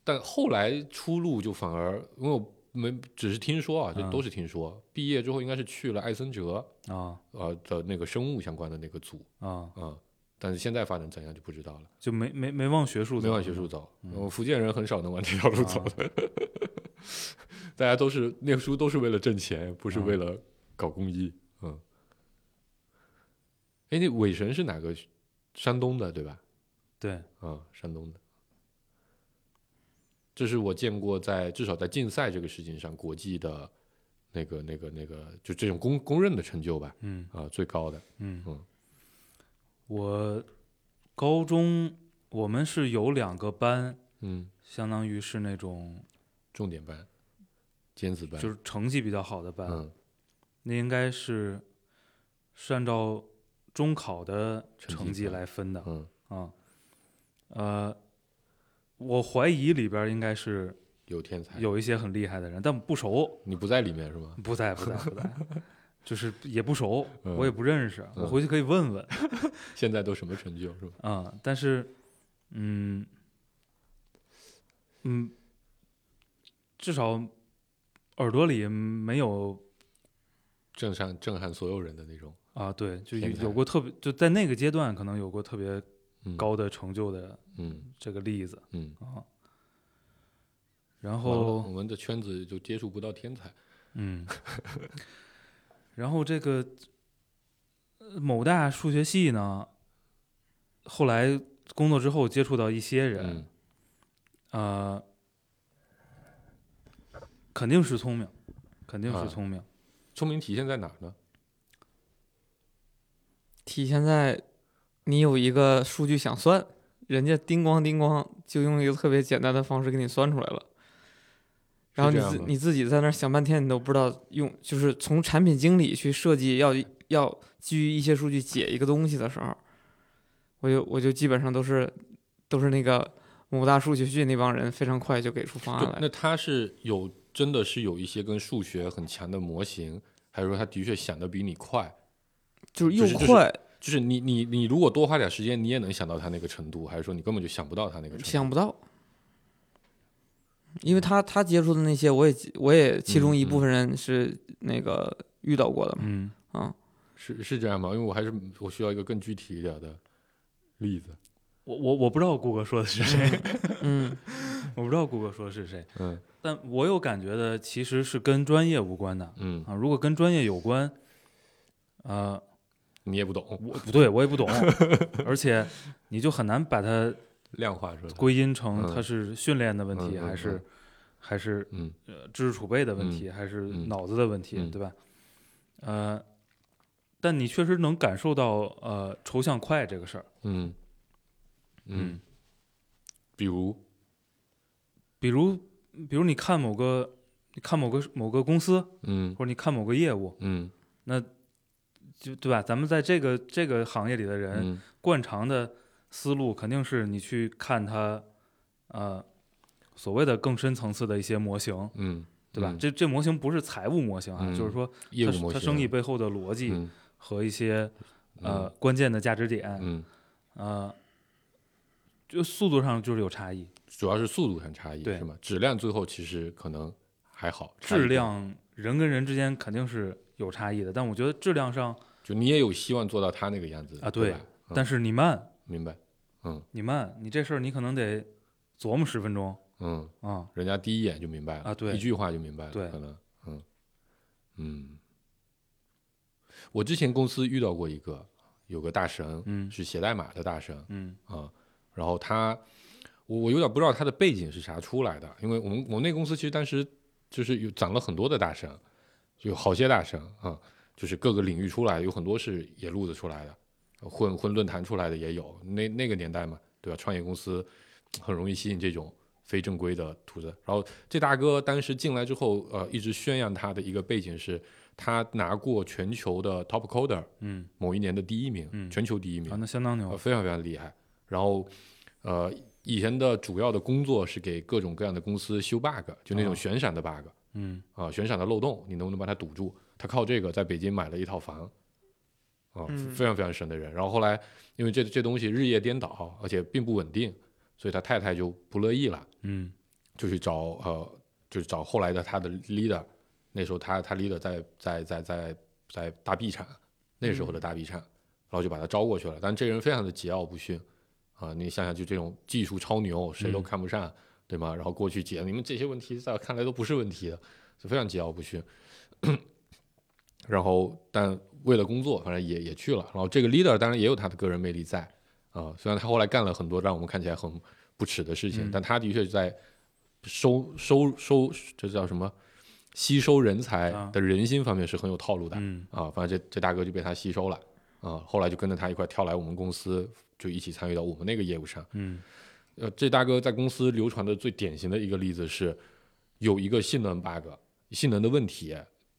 但后来出路就反而，因为我没只是听说啊，这嗯都是听说。毕业之后应该是去了艾森哲啊呃的那个生物相关的那个组啊，啊、嗯但是现在发展怎样就不知道了。就没没没往学术走，没往学术走，嗯我福建人很少能往这条路走的。 大家都是念书都是为了挣钱，不是嗯为了搞公益。嗯。哎，那伟神是哪个？山东的对吧？对，啊，山东的。这是我见过在至少在竞赛这个事情上，国际的那个、那个、那个，就这种公公认的成就吧，嗯啊，最高的。嗯嗯，我高中我们是有两个班，嗯，相当于是那种重点班、尖子班，就是成绩比较好的班，嗯，那应该是是按照中考的成绩成绩分来分的啊、嗯，呃，我怀疑里边儿应该是有天才，有一些很厉害的人，但不熟，你不在里面是吗？不在不在不 在，就是也不熟，嗯我也不认识，我嗯回去可以问问现在都什么成就是吧？啊、但是，嗯嗯，至少耳朵里没有震撼震撼所有人的那种，啊，对，就有天才有过特别，就在那个阶段可能有过特别嗯，，高的成就的嗯这个例子嗯。啊。然完了我后，们的圈子就接触不到天才，嗯，然后这个呃某大数学系呢，后来工作之后接触到一些人呃，嗯，肯定是聪明，肯定啊是聪明，聪明体现在哪儿呢？体现在你有一个数据想算，人家叮咣叮咣就用一个特别简单的方式给你算出来了。然后你是这样自吗你自己在那儿想半天，你都不知道用，就是从产品经理去设计要要基于一些数据解一个东西的时候，我就我就基本上都是都是那个某大数学系那帮人非常快就给出方案就来那。他是有真的是有一些跟数学很强的模型，还是说他的确想的比你快？就是就又是就是快就是你你你如果多花点时间，你也能想到他那个程度，还是说你根本就想不到他那个程度？想不到，嗯因为他他接触的那些，我也我也其中一部分人是那个遇到过的嘛，嗯，啊、是是这样吗？因为我还是我需要一个更具体一点的例子。我我我不知道顾哥说的是谁，嗯， 我不知道顾哥说的是谁，嗯但我有感觉的其实是跟专业无关的嗯，啊。如果跟专业有关，呃，你也不懂， 我不对，我也不懂，而且你就很难把它量化出来。归因成嗯它是训练的问题，嗯嗯还是嗯还是嗯呃知识储备的问题，还是脑子的问题，嗯对吧？呃，但你确实能感受到呃抽象快这个事儿，嗯嗯，，比如比如比如你看某个你看某个某个公司，嗯或者你看某个业务，嗯就对吧？咱们在这个这个行业里的人，嗯惯常的思路肯定是你去看它，呃，所谓的更深层次的一些模型，嗯，对吧？嗯这这模型不是财务模型啊，嗯就是说业它务是模它型，啊生意背后的逻辑嗯和一些、呃嗯关键的价值点，嗯，呃，就速度上就是有差异，主要是速度上差异对是吗？质量最后其实可能还好，差一质点量人跟人之间肯定是有差异的，但我觉得质量上，就你也有希望做到他那个样子啊对对吧，嗯但是你慢，明白，嗯你慢，你这事儿你可能得琢磨十分钟嗯，啊、人家第一眼就明白了啊对一句话就明白了，对可能，嗯嗯，我之前公司遇到过一个，有个大神，嗯是写代码的大神嗯啊、然后他，我我有点不知道他的背景是啥出来的，因为我们我们那个公司其实当时就是有涨了很多的大神，有好些大神啊，就是各个领域出来，有很多是野路子出来的，混混论坛出来的也有。那那个年代嘛，对吧？创业公司很容易吸引这种非正规的途子。然后这大哥当时进来之后，呃，一直宣扬他的一个背景是，他拿过全球的 Top Coder 嗯，某一年的第一名，嗯全球第一名啊，。那相当呃，牛，非常非常厉害。然后，呃，以前的主要的工作是给各种各样的公司修 bug，就那种哦悬闪的 bug 嗯，啊、悬闪的漏洞，你能不能把它堵住？他靠这个在北京买了一套房，啊、嗯非常非常神的人。然后后来，因为这这东西日夜颠倒，而且并不稳定，所以他太太就不乐意了，嗯，就去找呃，就是找后来的他的 leader。那时候他他 leader 在在在在在大 B 厂，那时候的大 B 厂，然后就把他招过去了。但这人非常的桀骜不驯啊，你想想，就这种技术超牛，谁都嗯看不上，对吗？然后过去解你们这些问题，在我看来都不是问题的，就非常桀骜不驯。然后，但为了工作，反正也也去了。然后这个 leader 当然也有他的个人魅力在啊，虽然他后来干了很多让我们看起来很不耻的事情，嗯但他的确在收收收，这叫什么？吸收人才啊的人心方面是很有套路的。嗯，啊，反正这这大哥就被他吸收了啊，后来就跟着他一块跳来我们公司，就一起参与到我们那个业务上。嗯，呃，这大哥在公司流传的最典型的一个例子是，有一个性能 bug，性能的问题，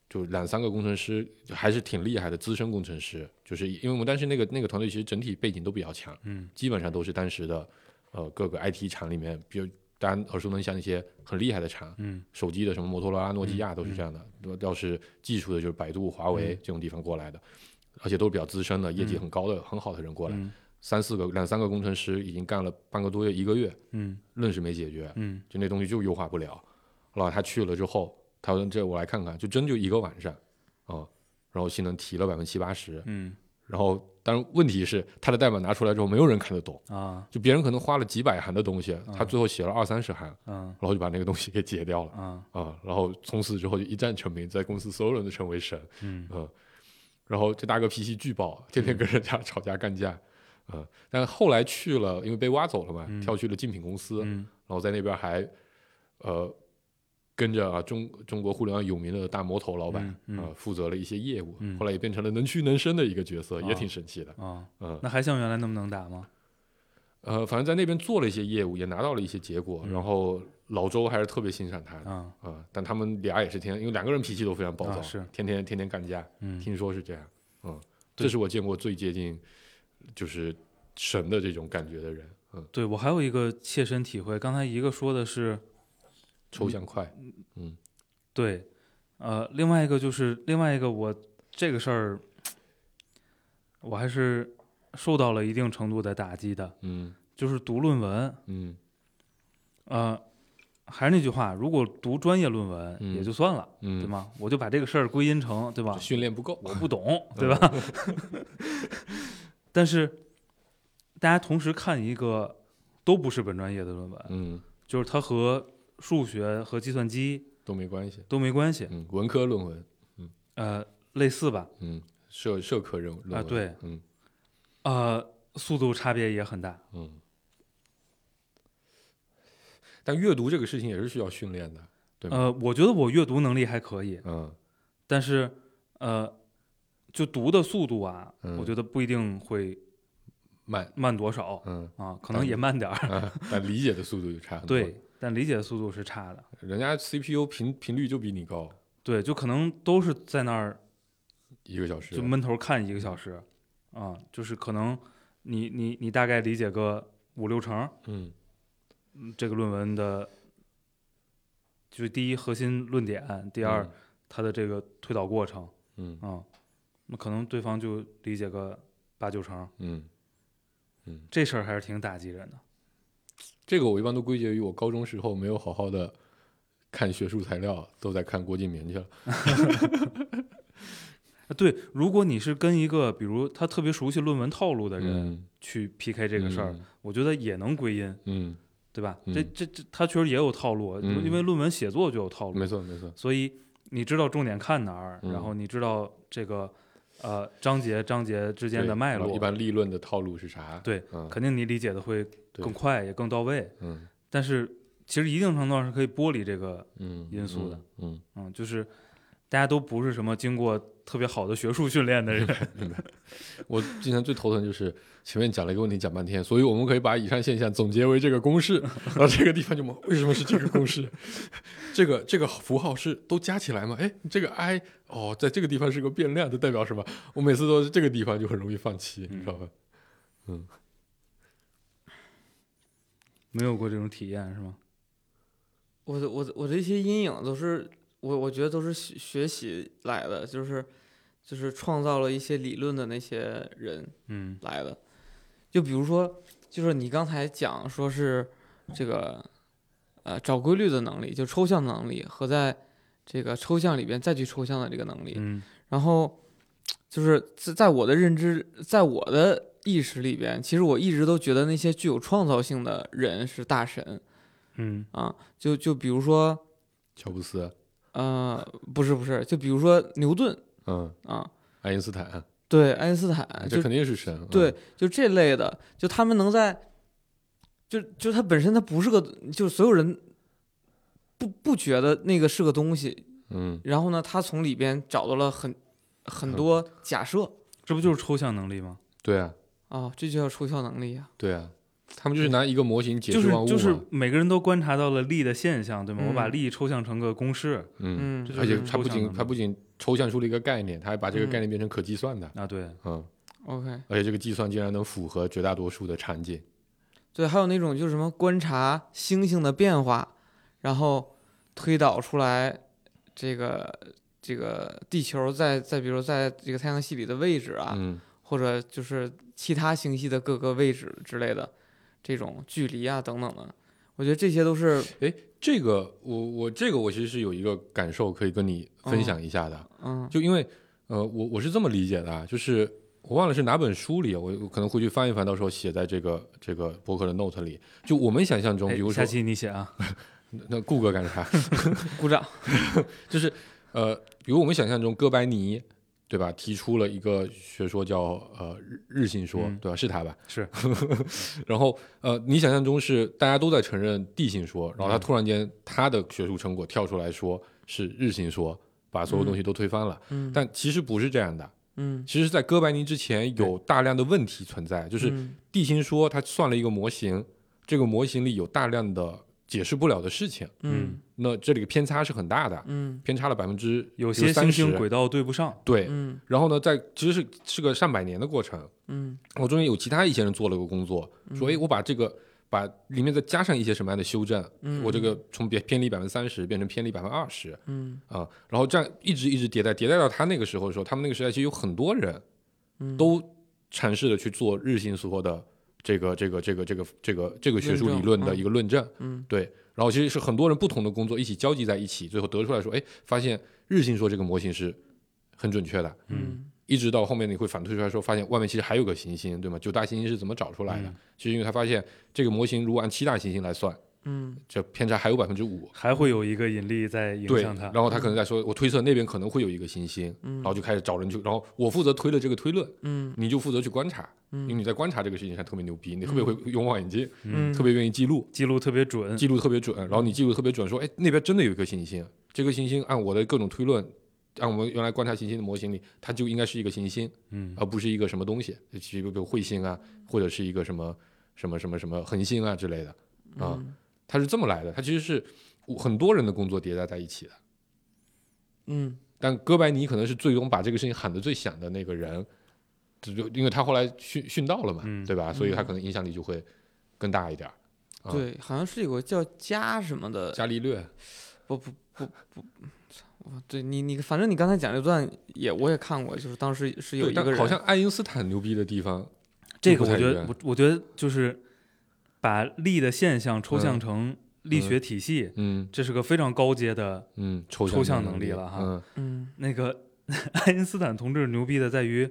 就两三个工程师还是挺厉害的资深工程师，就是因为我们当时那个那个团队其实整体背景都比较强，嗯，基本上都是当时的呃各个 IT 厂里面，比如大家耳熟能详的一些很厉害的厂，嗯，手机的什么摩托罗拉、诺基亚都是这样的，要要是技术的就是百度、华为嗯这种地方过来的，而且都是比较资深的、业绩很高的、很好的人过来，嗯三四个、两三个工程师已经干了半个多月、一个月，嗯愣是没解决，嗯，就那东西就优化不了。然后他去了之后，他说：“这我来看看。”就真就一个晚上啊、然后性能提了百分之七八十。嗯然后，但是问题是，他的代码拿出来之后，没有人看得懂，啊，就别人可能花了几百行的东西，他最后写了二三十行，嗯然后就把那个东西给解掉了。啊，啊，然后从此之后就一战成名，在公司所有人都成为神，嗯嗯，然后这大哥脾气巨暴，天天跟人家吵架干架，嗯，但后来去了，因为被挖走了嘛，嗯跳去了竞品公司，然嗯后在那边还呃跟着啊中中国互联网有名的大魔头老板啊、嗯嗯呃负责了一些业务，嗯后来也变成了能屈能伸的一个角色，也啊挺神奇的，啊，嗯，那还像原来那么能打吗？呃，反正在那边做了一些业务，也拿到了一些结果，然后老周还是特别欣赏他的。嗯啊，啊、但他们俩也是天天，因为两个人脾气都非常暴躁，啊是天天天天干架，嗯，听说是这样，嗯，对这是我见过最接近就是神的这种感觉的人，嗯，对我还有一个切身体会，刚才一个说的是抽嗯象快，对，呃，另外一个就是另外一个我这个事儿，我还是受到了一定程度的打击的，嗯就是读论文，嗯呃，还是那句话，如果读专业论文嗯也就算了，嗯，对？吗？我就把这个事儿归因成，对吧？训练不够，我不懂，嗯对吧？ 但是大家同时看一个都不是本专业的论文，嗯，就是它和数学和计算机都没关系，都没关系，嗯，文科论文，呃，类似吧，嗯，社社科论论文，啊对嗯呃，速度差别也很大，嗯。但阅读这个事情也是需要训练的，对吧？呃，我觉得我阅读能力还可以，嗯但是呃，就读的速度啊，嗯我觉得不一定会慢，慢多少嗯啊，可能也慢点儿，啊，但理解的速度就差很多。对，但理解速度是差的，人家 CPU 频频率就比你高，对，就可能都是在那儿一个小时就闷头看一个小时，嗯啊，就是可能你你你大概理解个五六成嗯嗯这个论文的，就是第一核心论点，第二、它的这个推导过程，嗯啊，那可能对方就理解个八九成，嗯，这事儿还是挺打击人的。这个我一般都归结于我高中时候没有好好的看学术材料，都在看郭敬明去了。啊对，如果你是跟一个比如他特别熟悉论文套路的人嗯，去 PK 这个事儿，嗯我觉得也能归因，嗯，对吧？嗯这这这，他确实也有套路，嗯因为论文写作就有套路，没错没错，所以你知道重点看哪儿，嗯然后你知道这个呃章节章节之间的对脉然后络一，般立论的套路是啥？对嗯肯定你理解的会对更快也更到位。嗯但是其实一定程度上是可以剥离这个，嗯，因素的嗯，嗯，就是大家都不是什么经过特别好的学术训练的 人，嗯，我经常最头疼就是前面讲了一个问题讲半天，所以我们可以把以上现象总结为这个 公式，然后这个地方就懵，为什么是这个公式？ 这个这个符号是都加起来吗？哎，这个 i 哦，在这个地方是个变量，这代表什么？我每次都是这个地方就很容易放弃，嗯你知道吧？没有过这种体验是吗？我的我的我的一些阴影都是我我觉得都是学学习来的，就是就是创造了一些理论的那些人嗯来的。就比如说，就是你刚才讲说是这个呃找规律的能力，就抽象能力和在这个抽象里边再去抽象的这个能力，嗯然后就是在在我的认知，在我的意识里边，其实我一直都觉得那些具有创造性的人是大神嗯啊。就就比如说，乔布斯，啊呃，不是不是，就比如说牛顿嗯，啊，爱因斯坦，对，爱因斯坦，这就肯定是神，嗯对，，就这类的，就他们能在，就就他本身他不是个，就所有人不不觉得那个是个东西，嗯，然后呢，他从里边找到了很很多假设这不就是抽象能力吗？对啊，啊，这就叫抽象能力啊。对啊，他们就是拿一个模型解就释是万物嘛，就是每个人都观察到了力的现象，对吗？嗯我把力抽象成个公式嗯，嗯这，就而且是他不抽象仅的嘛他不仅抽象出了一个概念，他还把这个嗯概念变成可计算的，啊，对，嗯， OK，而且这个计算竟然能符合绝大多数的场景，对，还有那种就是什么观察星星的变化，然后推导出来这个这个地球在在比如在这个太阳系里的位置啊，嗯或者就是其他星系的各个位置之类的这种距离啊等等的，我觉得这些都 是这个我我这个我其实是有一个感受可以跟你分享一下的，嗯就因为呃我我是这么理解的啊，就是我忘了是哪本书里，啊我我可能回去翻一翻，到时候写在这个这个博客的 note 里。就我们想象中，哎比如说下期你写 啊，那那顾哥干啥，鼓掌。就是呃比如我们想象中哥白尼。对吧？提出了一个学说叫呃日日心说，嗯对吧？是他吧？是。 然后呃，你想象中是大家都在承认地心说，然后嗯他突然间他的学术成果跳出来说是日心说，把所有东西都推翻了。嗯但其实不是这样的，嗯，其实，在哥白尼之前有大量的问题存在，就是嗯地心说他算了一个模型，这个模型里有大量的解释不了的事情，嗯那这里的偏差是很大的，嗯偏差了百分之有些三星十星。轨道对不上，对，嗯然后呢，在其实是是个上百年的过程，嗯我中间有其他一些人做了个工作，说，哎，我把这个把里面再加上一些什么样的修正，嗯我这个从别偏离百分之三十变成偏离百分之二十嗯啊，然后这样一直一直迭代，迭代到他那个时候的时候，他们那个时代其实有很多人嗯都尝试的去做日心说的这个这个这个这个这个这个学术理论的一个论证，嗯对，然后其实是很多人不同的工作一起交集在一起，最后得出来说，哎，发现日心说这个模型是很准确的，嗯一直到后面你会反推出来说，发现外面其实还有个行星，对吗？九大行星是怎么找出来的？嗯其实因为他发现这个模型如果按七大行星来算，嗯这偏差还有百分之五。还会有一个引力在影对，响它然。后他可能在说，我推测那边可能会有一个行星，嗯然后就开始找人去，然后我负责推了这个推论，嗯你就负责去观察，因为嗯你在观察这个事情上特别牛逼，你特别会用望远镜，嗯，特别愿意记录，记录特别准，记录特别准，然后你记录特别准，说，哎，那边真的有一颗行星，这颗行星按我的各种推论，按我们原来观察行星的模型里，它就应该是一个行星，嗯而不是一个什么东西，是一个彗星啊，或者是一个什么什么什么什么恒星啊之类的啊，嗯它是这么来的，它其实是很多人的工作叠加在一起的。嗯但哥白尼可能是最终把这个事情喊得最响的那个人，这就因为他后来殉殉道了嘛，嗯对吧？所以他可能影响力就会更大一点儿。啊对，好像是有个叫加什么呃的，伽利略，不不不不。 我对你，你反正你刚才讲这段也我也看过，就是当时是有对，一个但人，好像爱因斯坦牛逼的地方，这个不太我觉一得样我我觉得就是把力的现象抽象成力学体系，嗯这是个非常高阶的。嗯，抽抽象的能力力了哈嗯，嗯那个 爱因斯坦同志牛逼的在于，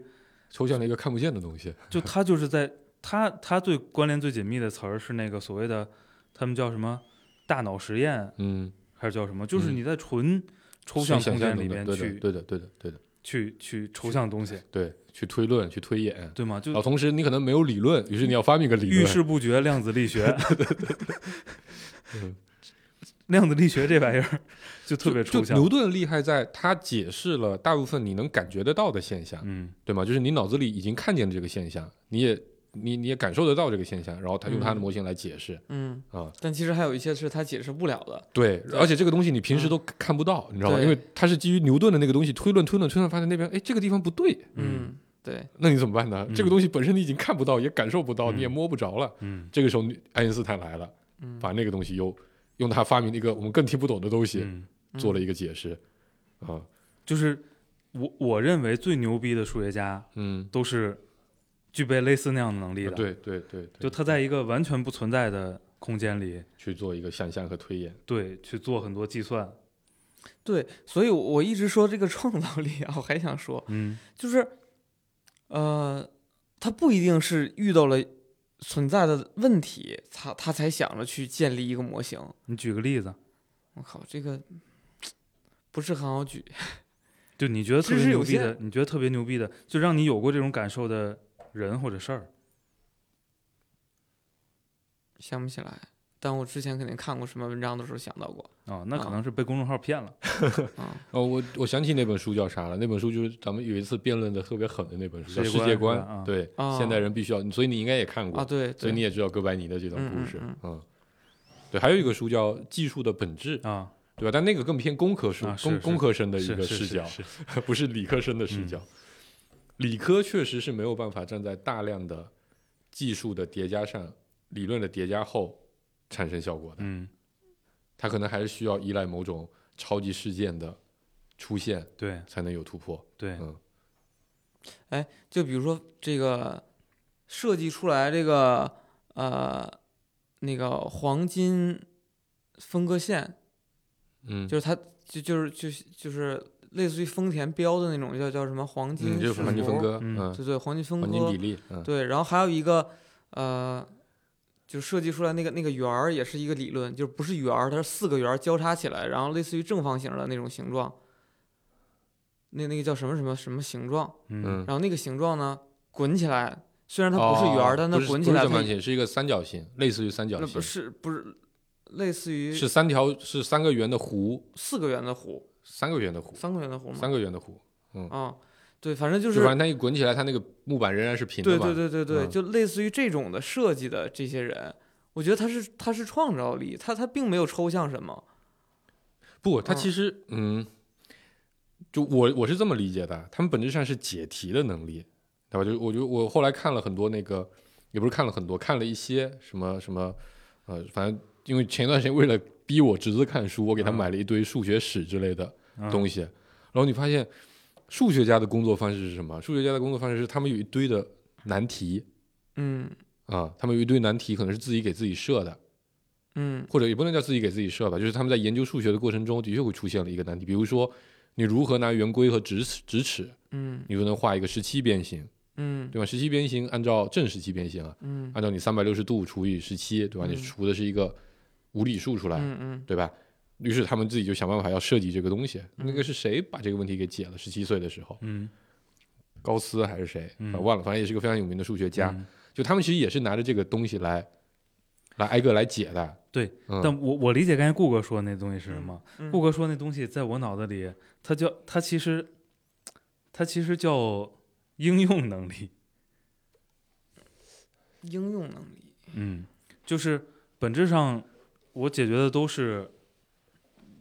抽象了一个看不见的东西，就他就是在他他最关联最紧密的词儿是那个所谓的他们叫什么大脑实验嗯，还是叫什么？就是嗯你在纯抽是象想空象间中里的边对去的，对的，对的，对的，去去抽象东西，对，去推论，去推演。对吗？就然后同时你可能没有理论，于是你要发明一个理遇论。事不决，量子力 学 嗯量子力学这玩意儿 就特别就抽就象。牛顿厉害在他解释了大部分你能感觉得到的现象，嗯对吗？就是你脑子里已经看见了这个现象，你也你你也感受得到这个现象，然后他用他的嗯模型来解释嗯，啊、但其实还有一些是他解释不了的。对，对而且这个东西你平嗯时都看不到，你知道吗？对因为它是基于牛顿的那个东西推论推论推论，发现那边哎这个地方不对，嗯嗯，对，那你怎么办呢？嗯这个东西本身你已经看不到，也感受不到，嗯你也摸不着了。嗯这个时候你爱因斯坦来了，嗯，把那个东西又用他发明的一个我们更听不懂的东西嗯，做了一个解释，啊，就是我我认为最牛逼的数学家嗯，都是具备类似那样的能力的。啊，对对对，对就他在一个完全不存在的空间里，去做一个想象和推演，对，去做很多计算。对，所以我我一直说这个创造力啊，我还想说，嗯就是，呃，他不一定是遇到了存在的问题，他他才想着去建立一个模型。你举个例子，我靠，这个不是很好举。就你觉得特知别识牛有逼的，你觉得特别牛逼的，就让你有过这种感受的人或者事儿，想不起来，但我之前肯定看过什么文章的时候想到过。哦，那可啊能是被公众号骗了。嗯，哦，我我想起那本书叫啥了？那本书就是咱们有一次辩论的特别狠的那本书，叫《世界世界观观是吧》。啊对，啊现代人必须要，所以你应该也看过啊，，对，所对以你也知道哥白尼的这段故事。嗯对，还有一个书叫《技术的本质》，啊，对吧？但那个更偏工科书，啊是工是工科生的一是个是视角，是，是嗯不是理科生的视角。理科确实是没有办法站在大量的技术的叠加上、理论的叠加后产生效果的，嗯，它可能还是需要依赖某种超级事件的出现对才能有突破。对，嗯就比如说这个设计出来这个呃那个黄金分割线，嗯，就是它就就是就是就是类似于丰田标的那种叫叫什么黄金嗯，就是视黄金分图，割，嗯嗯，对对，黄金分黄金比割，例，嗯，对，然后还有一个呃。就设计出来那个那个圆儿也是一个理论，就不是圆儿，它是四个圆儿交叉起来，然后类似于正方形的那种形状。那那个叫什么什么什么形状？嗯嗯然后那个形状呢，滚起来，虽然它不是圆儿，哦但不它是滚不起是来，正它方形，是一个三角形，类似于三角那不形，是不是类似于是三条是三个圆的弧，四个圆的弧，三个圆的弧，三个圆的弧吗？三个圆的弧，啊，对，反正就就是反正它一滚起来，它那个木板仍然是平的对嘛。对对对对，嗯就类似于这种的设计的这些人，我觉得他是他是创造力，他他并没有抽象什么，不，它嗯其实嗯就我我是这么理解的，他们本质上是解题的能力，对吧？就我就我后来看了很多那个，也不是看了很多，看了一些什么什么，呃，反正因为前段时间为了逼我侄子看书，我给他嗯买了一堆数学史之类的嗯东西，然后你发现数学家的工作方式是什么？数学家的工作方式是他们有一堆的难题嗯啊，他们有一堆难题可能是自己给自己设的。嗯或者也不能叫自己给自己设吧，就是他们在研究数学的过程中，的确会出现了一个难题，比如说你如何拿圆规和直尺直尺，嗯你就能画一个十七边形，嗯对吧？十七边形按照正十七边形啊，嗯按照你三百六十度除以十七，对吧？你嗯除的是一个无理数出来，嗯嗯对吧？于是他们自己就想办法要设计这个东西。嗯那个是谁把这个问题给解了？十七岁的时候，嗯，高斯还是谁？嗯啊忘了，反正也是个非常有名的数学家。嗯就他们其实也是拿着这个东西来来挨个来解的。对，嗯、但我我理解刚才顾哥说的那东西是什么？嗯，顾哥说那东西在我脑子里，它叫它其实它其实叫应用能力。应用能力，嗯，就是本质上我解决的都是，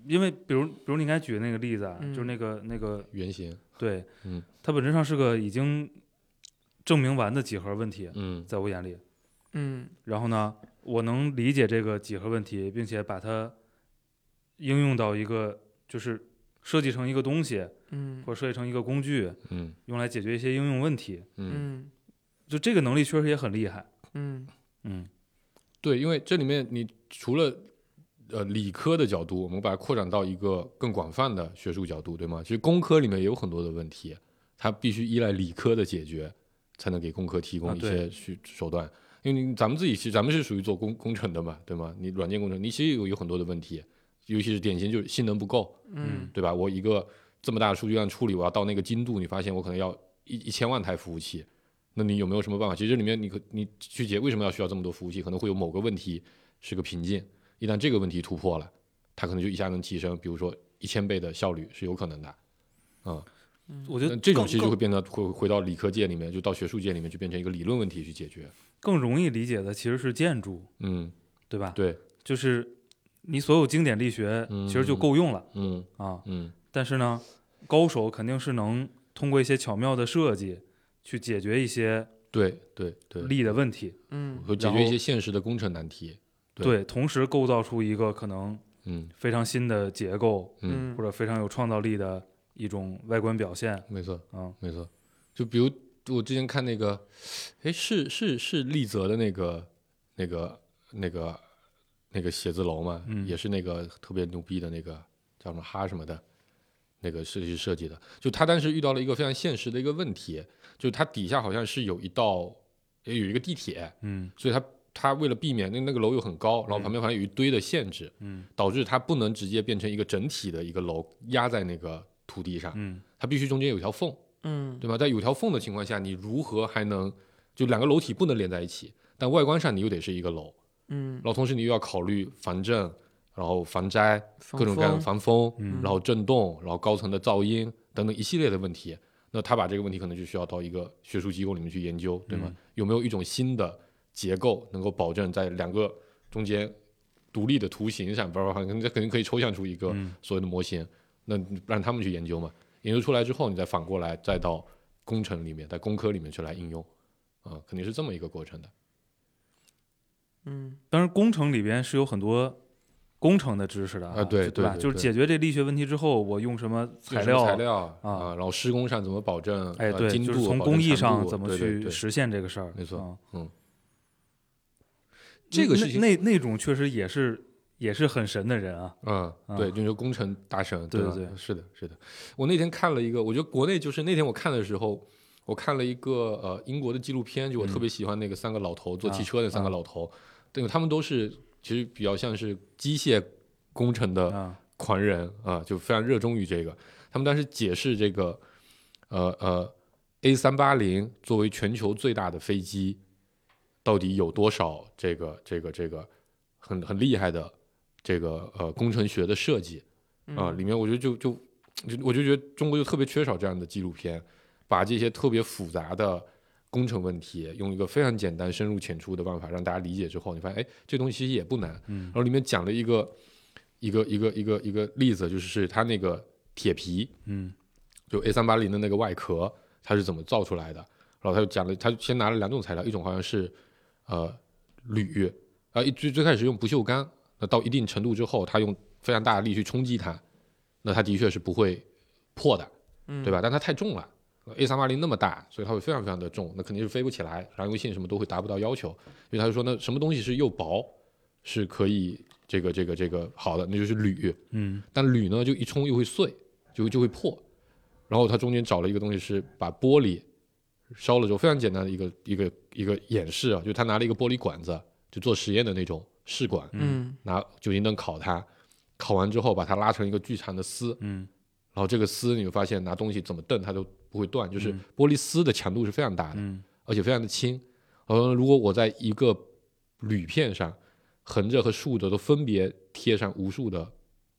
因为比如比如你刚才举的那个例子啊，嗯就是那个那个圆形，对，嗯，它本质上是个已经证明完的几何问题，嗯在我眼里。嗯然后呢，我能理解这个几何问题，并且把它应用到一个就是设计成一个东西，嗯或者设计成一个工具，嗯用来解决一些应用问题。嗯，嗯就这个能力确实也很厉害。嗯嗯对，因为这里面你除了呃理科的角度，我们把它扩展到一个更广泛的学术角度，对吗？其实工科里面也有很多的问题，它必须依赖理科的解决，才能给工科提啊供一对些去手段。因为你咱们自己其实咱们是属于做工工程的嘛，对吗？你软件工程，你其实有有很多的问题，尤其是典型就是性能不够，嗯对吧？我一个这么大的数据量处理，我要到那个精度，你发现我可能要一一千万台服务器，那你有没有什么办法？其实这里面你可你去解为什么要需要这么多服务器，可能会有某个问题是个瓶颈，一旦这个问题突破了，它可能就一下能提升，比如说一千倍的效率是有可能的。我觉那得这种更其实就更会变得会回到理科界里面，就到学术界里面去变成一个理论问题去解决。更容易理解的其实是建筑，嗯，对吧？对，就是你所有经典力学嗯其实就够用了、嗯啊。嗯但是呢，高手肯定是能通过一些巧妙的设计去解决一些对对对，力的问题，嗯和解然决一后些现实的工程难题。对对，同时构造出一个可能嗯非常新的结构嗯，或者非常有创造力的一种外观表现。没错嗯，没错。就比如我之前看那个，哎，是是是丽泽的那个那个那个那个写字楼嘛，嗯也是那个特别牛逼的那个叫什么哈什么的，那个设计设计的。就他当时遇到了一个非常现实的一个问题，就他底下好像是有一道诶有一个地铁，嗯所以他他为了避免那那个楼又很高，然后旁边好像有一堆的限制，嗯导致它不能直接变成一个整体的一个楼压在那个土地上，嗯它必须中间有一条缝，嗯对吧？在有条缝的情况下，你如何还能就两个楼体不能连在一起，但外观上你又得是一个楼，嗯然，后同时你又要考虑防震，然后防灾，各种各样的防防风，嗯然后震动，然后高层的噪音等等一系列的问题。那他把这个问题可能就需要到一个学术机构里面去研究，对吗？嗯有没有一种新的结构能够保证在两个中间独立的图形上，叭叭叭，这肯定可以抽象出一个嗯所谓的模型。那你让他们去研究嘛，研究出来之后，你再反过来再到工程里面，在工科里面去来应用，啊、肯定是这么一个过程的。嗯当然，工程里边是有很多工程的知识的啊对就对吧？对就是对解决这力学问题之后，我用什么材用什么料？材料啊啊，然后施工上怎么保证？哎，呃对，精就度是从保证工艺强上度怎么对对去对实现这个事儿。没错嗯嗯这个那事情那那种确实也是也是很神的人啊。嗯，对，啊就是说工程大神，对吧对对是的，是的。我那天看了一个，我觉得国内就是那天我看的时候，我看了一个呃英国的纪录片，就我特别喜欢那个三个老头、做汽车的三个老头，对，他们都是其实比较像是机械工程的啊，狂人啊、就非常热衷于这个。他们当时解释这个，呃呃，A 三八零作为全球最大的飞机，到底有多少这个这个这个很很厉害的这个呃工程学的设计啊、里面我觉得就就就我就觉得中国就特别缺少这样的纪录片，把这些特别复杂的。工程问题用一个非常简单、深入浅出的办法让大家理解之后，你发现，哎，这东西其实也不难。嗯然后里面讲了一个一个一个一个一个例子，就是是它那个铁皮，嗯就 A 三八零的那个外壳，它是怎么造出来的。然后他就讲了，他先拿了两种材料，一种好像是呃铝，啊、一最最开始用不锈钢，那到一定程度之后，他用非常大的力去冲击它，那它的确是不会破的，嗯对吧？但它太重了。A 三八零那么大，所以它会非常非常的重，那肯定是飞不起来，燃油性什么都会达不到要求。所以他就说，那什么东西是又薄，是可以这个这个这个好的，那就是铝。嗯但铝呢就一冲又会碎，就就会破。然后他中间找了一个东西是把玻璃烧了之后，非常简单的一个一个一个演示啊，就他拿了一个玻璃管子，就做实验的那种试管，嗯拿酒精灯烤它，烤完之后把它拉成一个巨长的丝，嗯然后这个丝你会发现拿东西怎么蹬它都不会断，就是嗯玻璃丝的强度是非常大的。嗯而且非常的轻。呃，如果我在一个铝片上，横着和竖着都分别贴上无数的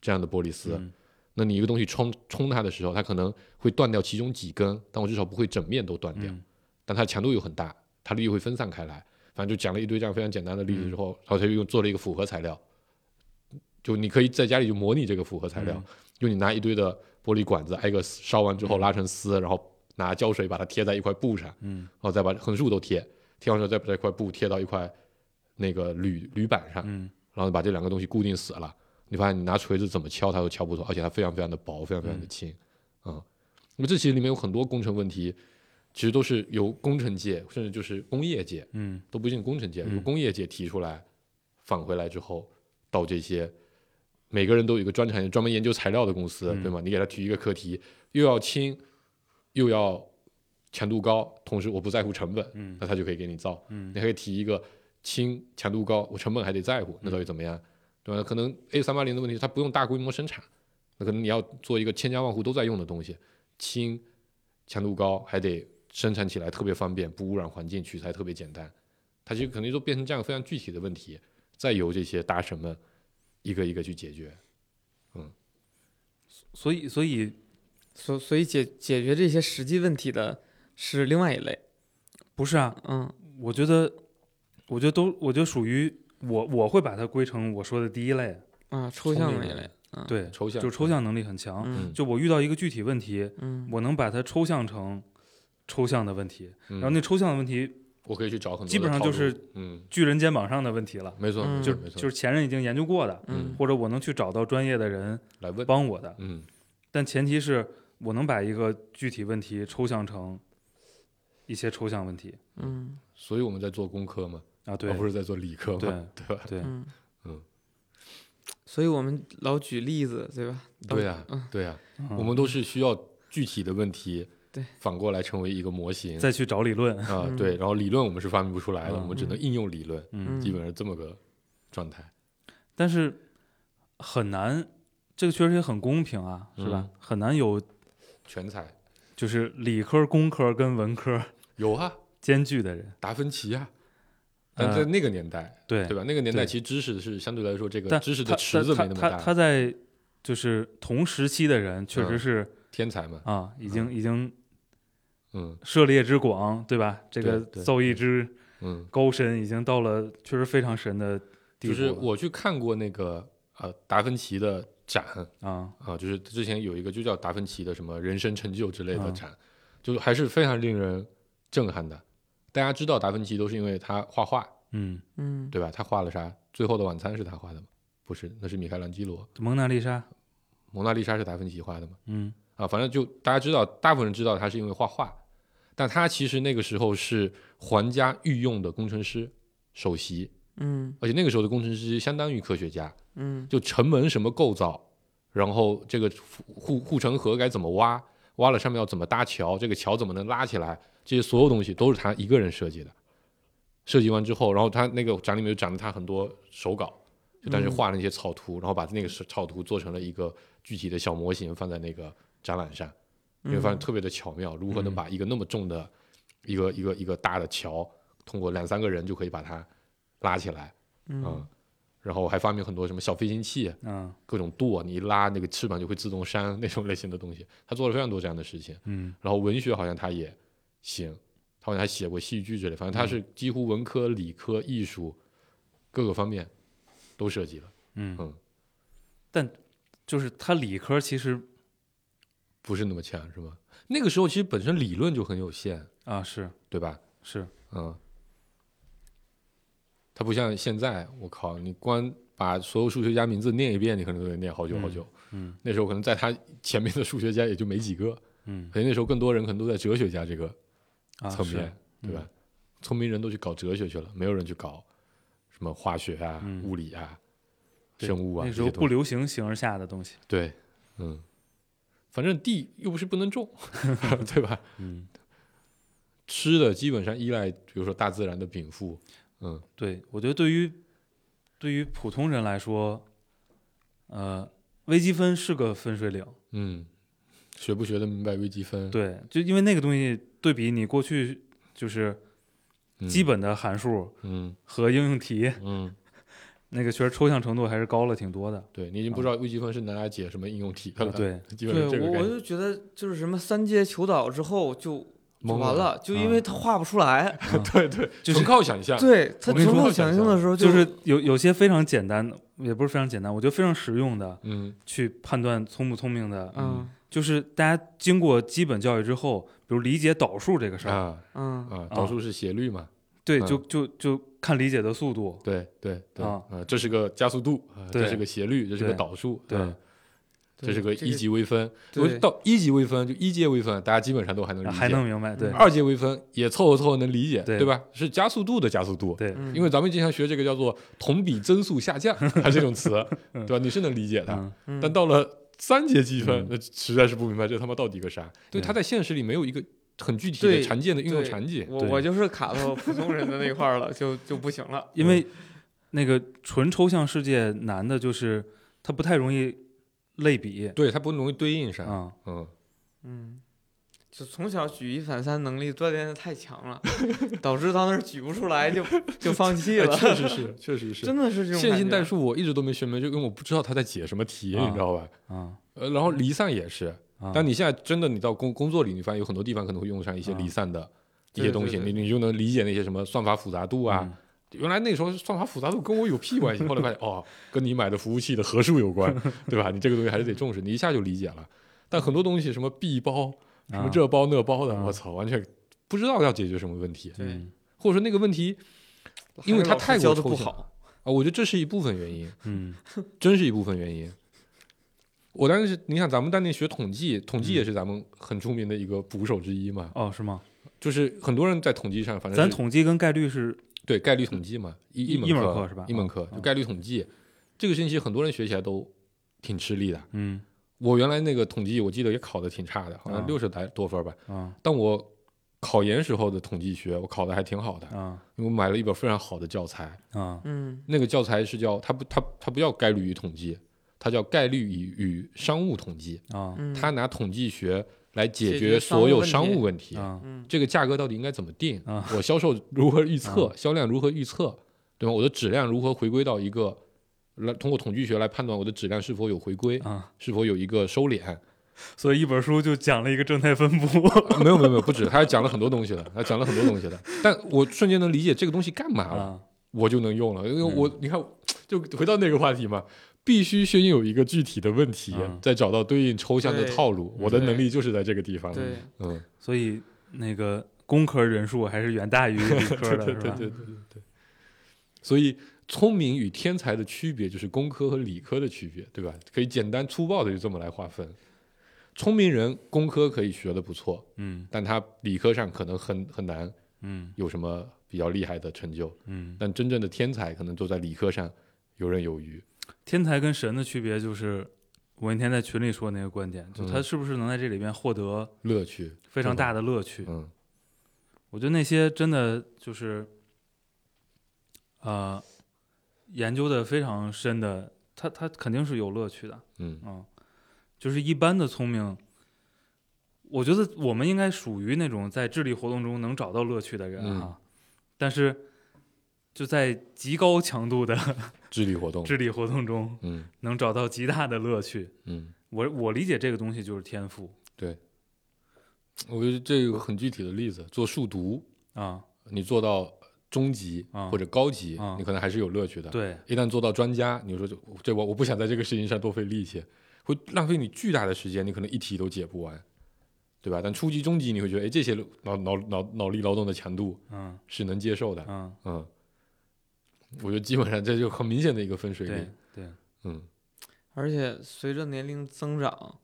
这样的玻璃丝，嗯那你一个东西冲冲它的时候，它可能会断掉其中几根，但我至少不会整面都断掉。嗯但它强度又很大，它力又会分散开来。反正就讲了一堆这样非常简单的嗯例子之后，然后他就用做了一个复合材料，就你可以在家里就模拟这个复合材料，嗯就你拿一堆的玻璃管子挨个烧完之后拉成丝，然后拿胶水把它贴在一块布上，嗯然后哦再把横竖都贴，贴完之后再把这块布贴到一块那个铝铝板上，嗯然后把这两个东西固定死了。你发现你拿锤子怎么敲它都敲不透，而且它非常非常的薄，非常非常的轻，啊、那么这其实里面有很多工程问题，其实都是由工程界甚至就是工业界嗯都不一定工程界，嗯由工业界提出来，返回来之后，到这些每个人都有一个专产业，专门研究材料的公司，嗯对吗？你给他提一个课题，又要轻，又要强度高，同时我不在乎成本，嗯那他就可以给你造。嗯你还可以提一个轻、强度高，我成本还得在乎，那到底怎么样？对吧？可能 A 三八零的问题，它不用大规模生产，那可能你要做一个千家万户都在用的东西，轻、强度高，还得生产起来特别方便，不污染环境，取材特别简单。它其实肯定就变成这样非常具体的问题，再由这些大神们一个一个去解决。所以所以所所以解解决这些实际问题的是另外一类，不是啊，嗯我觉得，我觉得都，我觉得属于我，我会把它归成我说的第一类，啊，抽象明那一的类，嗯对，啊抽象就抽象能力很强。嗯嗯就我遇到一个具体问题，嗯我能把它抽象成抽象的问题，嗯然后那抽象的问题我可以去找很多的基本上套路就是嗯，巨人肩膀上的问题了，没错，嗯没就错，是没错，就是是前人已经研究过的，嗯或者我能去找到专业的人来问，帮我的，嗯但前提是我能把一个具体问题抽象成一些抽象问题嗯所以我们在做工科嘛，啊，对而哦不是在做理科嘛，对 对吧？对，嗯嗯，所以我们老举例子，对吧？老对呀、嗯对呀、啊嗯我们都是需要具体的问题，对，反过来成为一个模型再去找理论，啊、嗯对，然后理论我们是发明不出来的，嗯我们只能应用理论，嗯基本上是这么个状态，但是很难，这个确实也很公平啊，是吧？嗯很难有全才就是理科、工科跟文科有啊，兼具的人，达芬奇啊，呃但在那个年代，对对吧？那个年代对其实知识是相对来说这个但知识的他池子他没那么他他他大，在就是同时期的人，确实是、天才嘛，啊，已经嗯已经嗯涉猎之广，对吧？这个对对造诣之嗯，高深，已经到了确实非常深的地步啊就了。是我去看过那个呃达芬奇的展，啊，啊，就是之前有一个就叫达芬奇的什么人生成就之类的嗯展，就还是非常令人震撼的。大家知道达芬奇都是因为他画画，嗯，嗯对吧？他画了啥？《最后的晚餐》是他画的吗？不是，那是米开朗基罗。《蒙娜丽莎，蒙娜丽莎》是达芬奇画的吗？嗯啊，反正就大家知道，大部分人知道他是因为画画，但他其实那个时候是皇家御用的工程师首席，嗯而且那个时候的工程师相当于科学家，嗯就城门什么构造，然后这个护护城河该怎么挖，挖了上面要怎么搭桥，这个桥怎么能拉起来，这些所有东西都是他一个人设计的。设计完之后，然后他那个展里面就展了他很多手稿，就嗯但是画了那些草图，然后把那个草图做成了一个具体的小模型放在那个展览上，你会发现特别的巧妙，如何能把一个那么重的一个一个一个大的桥，通过两三个人就可以把它拉起来，嗯嗯，然后还发明很多什么小飞行器，嗯各种舵，你一拉那个翅膀就会自动扇那种类型的东西。他做了非常多这样的事情。嗯然后文学好像他也行，他好像还写过戏剧之类，反正他是几乎文科、理科、艺术各个方面都涉及了，嗯嗯，但就是他理科其实不是那么强是吗？那个时候其实本身理论就很有限，啊是对吧？是，嗯，它不像现在，我靠，你光把所有数学家名字念一遍，你可能都得念好久好久。嗯那时候可能在他前面的数学家也就没几个，嗯可能那时候更多人可能都在哲学家这个啊层是面，对吧？聪明人都去搞哲学去了，没有人去搞什么化学啊、嗯物理啊、对生物啊那时这些候东不西。流行形而下的东西，对，嗯，反正地又不是不 能种，对吧？嗯，吃的基本上依赖，比如说大自然的禀赋，嗯，对，我觉得对于对于普通人来说，呃，微积分是个分水岭，嗯，学不学得明白微积分？，对，就因为那个东西对比你过去就是嗯、基，本的函数嗯和应用题，嗯，那个确实抽象程度还是高了挺多的。对你已经不知道微积分是拿来解什么应用题的啊了，，对， 基本对上这个我概我念。就觉得就是什么三阶求导之后就就懵完了啊了，就因为他画不出来， 对对，就是纯靠想象。对他我跟你纯说靠想象的时候就是有有些非常简单的，也不是非常简单，我觉得非常实用的嗯去判断聪不聪明的，嗯就是大家经过基本教育之后，比如理解导数这个事儿，啊嗯啊，导数是斜率嘛？对，嗯就就就看理解的速度，对对对啊呃这是个加速度，啊对这是个斜率，这是个对导数，对啊这对是个这一个级微分。对我到一级微分就一阶微分，大家基本上都还能理解。还能明白，对嗯二阶微分也凑合凑合能理解，对对吧？是加速度的加速度，对，嗯因为咱们经常学这个叫做同比增速下 降，它这种词，对吧？你是能理解的，嗯嗯但到了三节积分嗯，那实在是不明白这他妈到底个啥？嗯对，对它在现实里没有一个很具体的对常见的应用对场景。我对我就是卡到普通人的那一块儿了，就就不行了。嗯因为那个纯抽象世界难的就是它不太容易类比对，它不容易对应上。啊， 嗯，嗯，就从小举一反三能力锻炼的太强了， 导致到那儿举不出来就就放弃哎了， 确实是，确实 是真。的是这种线感性觉代数我一直都没学明白，就因为我不知道他在解什么题，啊你知道吧？啊呃，然后离散也是，啊！但你现在真的你到工工作里，你发现有很多地方可能会用上一些啊离散的一对些对东西，对嗯对你你就能理解那些什么算法复杂度啊。原来那时候算法复杂度跟我有屁关系，后来发现哦，跟你买的服务器的核数 有关，对吧？你这个东西还是得重视，你一下就理解了。但很多东西什么 B 包，什嗯么这包那包的，啊我操，完全不知道要解决什么问题，对嗯或者说那个问题还因为是它老师太过教的抽不象好，啊，我觉得这是一部分原因。嗯真是一部分原因。我当时，你想咱们当年学统计，统嗯计也是咱们很著名的一个捕手之一嘛，哦是吗？就是很多人在统计上，反正咱是统计跟概率是对概率统计嘛，一一门一门课课是吧一门课嗯就概率统计，这个星期很多人学起来都挺吃力的。嗯我原来那个统计，我记得也考得挺差的，好像啊六十来多分吧，啊但我考研时候的统计学，我考得还挺好的，啊因为我买了一本非常好的教材，啊嗯那个教材是叫它不它它不叫概率与统计，它叫概率与与商务统计。啊嗯，他拿统计学来解解决决所有商商务问务问题，啊嗯这个价格到底应该怎么定？啊我销售如何啊预测？销量如何预测？对吧？我的质量如何回归到一个来通过统计学来判断我的质量是否有回归，啊！是否有一个收敛？所以一本书就讲了一个正态分布， 啊没有没有没有，不止，他还讲了很多东西的，他讲了很多东西的。但我瞬间能理解这个东西干嘛了，啊我就能用了，因为我、嗯你看，就回到那个话题嘛。必须先有一个具体的问题，嗯再找到对应抽象的啊对套路。我的对能力就是在这个地方。对，嗯，所以那个工科人数还是远大于理科的， 对是对吧？对对对对。所以，聪明与天才的区别就是工科和理科的区别，对吧？可以简单粗暴的就这么来划分。聪明人工科可以学的不错，嗯但他理科上可能很很难嗯有什么比较厉害的成就。嗯。但真正的天才可能都在理科上游刃有余。天才跟神的区别就是，我那天在群里说那个观点，就他嗯是不是能在这里边获得乐趣，非常大的乐趣？嗯我觉得那些真的就是，呃，研究的非常深的，他他肯定是有乐趣的，嗯嗯，就是一般的聪明，我觉得我们应该属于那种在智力活动中能找到乐趣的人啊，但是就在极高强度的智力活 动，智力活动中嗯能找到极大的乐趣。嗯，我我理解这个东西就是天赋我觉得这个很具体的例子，做数独，啊，你做到中级啊或者高级啊，你可能还是有乐趣的。对，一旦做到专家，你说这这我我不想在这个事情上多费力气，会浪费你巨大的时间，你可能一题都解不完，对吧？但初级、中级你会觉得，哎，这些脑脑脑脑力劳动的强度嗯是能接受的，嗯，嗯，我觉得基本上这就很明显的一个分水对岭，对，嗯，而且随着年龄增长，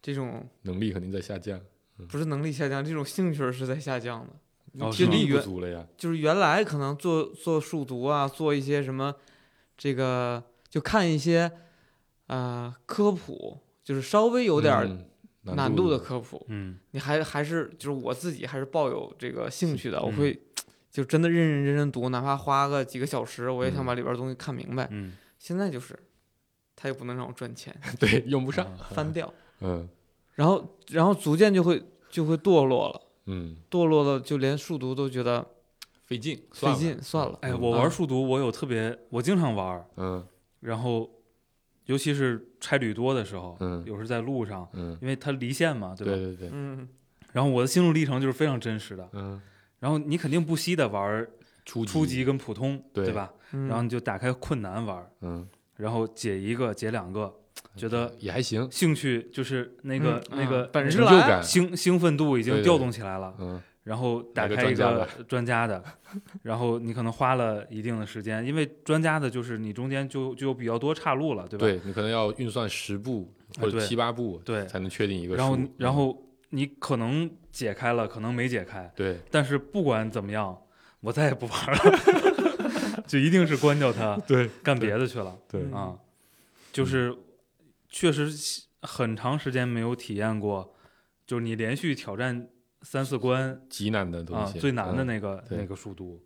这种能力肯定在下降，不是能力下降，这种兴趣儿是在下降的。哦精是吗力不原足了呀，就是原来可能做做数独啊，做一些什么，这个就看一些，呃，科普，就是稍微有点儿嗯难度的科普，嗯你还还是就是我自己还是抱有这个兴趣的，我嗯会就真的认认真真读，哪怕花个几个小时，我也想嗯把里边儿东西看明白。嗯，现在就是，他也不能让我赚 钱，对用不不上，翻掉，嗯然后然后逐渐就会就会堕落了，嗯，堕落了就连数独都觉得费劲，费劲，算了。哎，我玩数独，我有特别，我经常玩儿，嗯然后尤其是差旅多的时候，嗯有时在路上，嗯，因为它离线嘛，对吧？对对，嗯，然后我的心路历程就是非常真实的，嗯，然后你肯定不惜的玩儿初初级，跟普通，对吧？嗯然后你就打开困难玩儿，嗯，然后解一个解两个，觉得也还行，兴趣就是那个、嗯那个啊本那事成个就来感，兴兴奋度已经对对调动起来了，嗯然后打哪个开一专家个专家的，然后你可能花了一定的时间，因为专家的就是你中间就就有比较多岔路了，对吧？你可能要运算十步啊或者对七八步，对才能确定一个数。然后你然嗯后你可能解开了，可能没解开，对但是不管怎么样，我再也不玩了， 就一定是关掉它， 对干别的去了对嗯嗯啊。就是确实很长时间没有体验过，就是你连续挑战三四关极难的东啊，西，最难的嗯那个对那个数独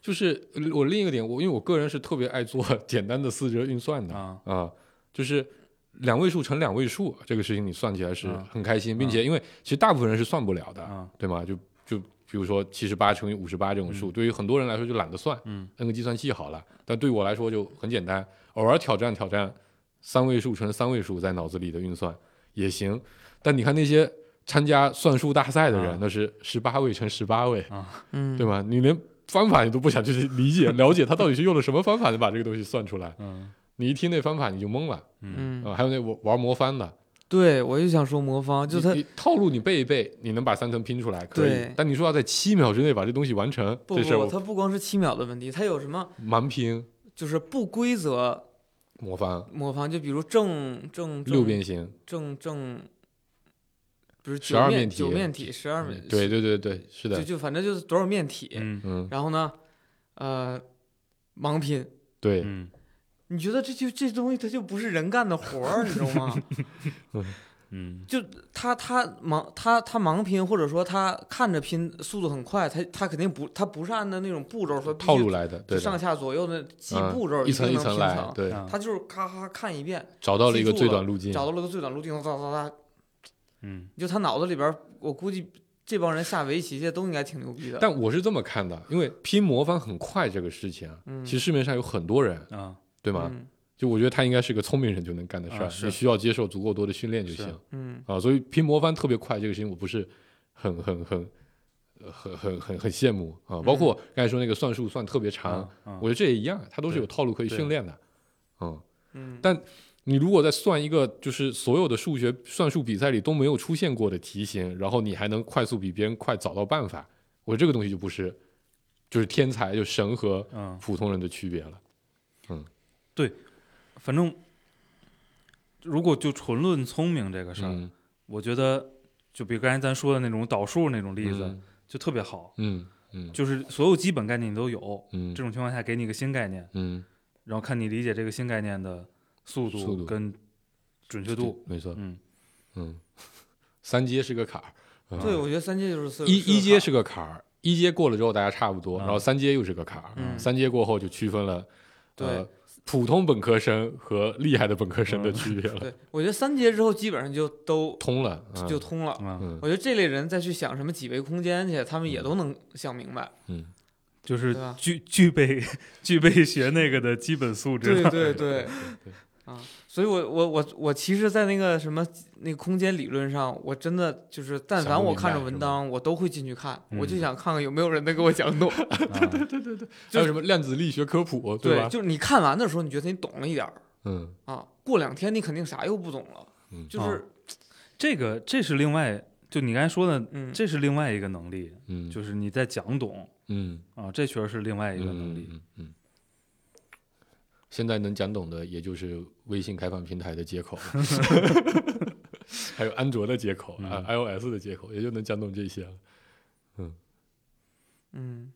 就是呃 嗯我另一个点，我因为我个人是特别爱做简单的四则运算的啊啊，就是两位数乘两位数这个事情，你算起来是嗯很开心，嗯并且因为其实大部分人是算不了的，嗯对吗？就就比如说七十八乘以五十八这种数，对于很多人来说就懒得算，嗯，摁个计算器好了。但对我来说就很简单，偶尔挑战挑战三位数乘三位数在脑子里的运算也行。但你看那些参加算术大赛的人，啊那是十八位乘十八位，嗯，对吧？你连方法你都不想去理解了解，他到底是用了什么方法能把这个东西算出来？嗯你一听那方法你就懵了。嗯嗯，啊，还有那玩玩魔方的，对，我就想说魔方，就你它你套路你背一背，你能把三层拼出来可以对，但你说要在七秒之内把这东西完成，不这事儿不，我它不光是七秒的问题，它有什么蛮拼就是不规则魔方魔方，就比如正正六边形，正正，比如12九面面体嗯九面体十二面，对对对对，是就的，就反正就是多少面体，嗯嗯，然后呢，呃，盲拼。对，嗯你觉得这就这东西它就不是人干的活儿，你知道吗？ 嗯就他他盲他他盲拼，或者说他看着拼速度很快，他他肯定不他不是按照那种步骤说必须套路来的，就对的上下左右的记嗯步骤一层定一能层拼来成，对，嗯啊他就是咔咔看一遍，找到了一个记住最了短路径，找到了个最短路径，哒哒哒，嗯就他脑子里边儿，我估计这帮人下围棋去都应该挺牛逼的。嗯但我是这么看的，因为拼魔方很快这个事情啊，嗯其实市面上有很多人，啊对吗？嗯就我觉得他应该是个聪明人就能干的事啊儿，是你需要接受足够多的训练就是行。嗯啊，所以拼魔方特别快这个事情，我不是很很很呃很很很很羡慕啊。包嗯括刚才说那个算术算特别长，啊我觉得这也一样，它都是有对套路可以对训练的。嗯，嗯，你如果在算一个就是所有的数学算术比赛里都没有出现过的题型，然后你还能快速比别人快找到办法，我觉得这个东西就不是就是天才就神和嗯，普通人的区别了。反正如果就纯论聪明这个事儿，嗯，我觉得就比如刚才咱说的那种导数那种例子，嗯就特别好，嗯嗯就是所有基本概念你都有，嗯这种情况下给你一个新概念，嗯，然后看你理解这个新概念的速速度度跟准确度。没错，嗯嗯， 三阶是个坎儿。嗯对，我觉得三阶就是四一一阶是个坎儿，一阶过了之后大家差不多，嗯然后三阶又是个坎儿，嗯三阶过后就区分了，对呃，普通本科生和厉害的本科生的区别 了，对，我觉得三阶之后基本上就都通了，嗯就通了。啊，嗯我觉得这类人再去想什么几维空间去，他们也都能想明白。嗯，就是对吧具具备具备学那个的基本素质。对对 对，啊，所以我我我我其实，在那个什么那个空间理论上，我真的就是，但想凡不我明看着白是文吧章，我都会进去看，我就嗯想看看有没有人能给我 讲懂。啊还有什么量子力学科普，对，吧？就是你看完的时候，你觉得你懂了一点儿嗯啊，过两天你肯定啥又不懂了。嗯就啊是这个这是另外，就你刚才说的，嗯，这是另外一个能力，嗯，就是你在讲懂嗯啊，这确实是另外一嗯个能力。嗯嗯。现在能讲懂的，也就是微信开放平台的接口了，还有安卓的接口啊、iOS 的接口，也就能讲懂这些了， 嗯，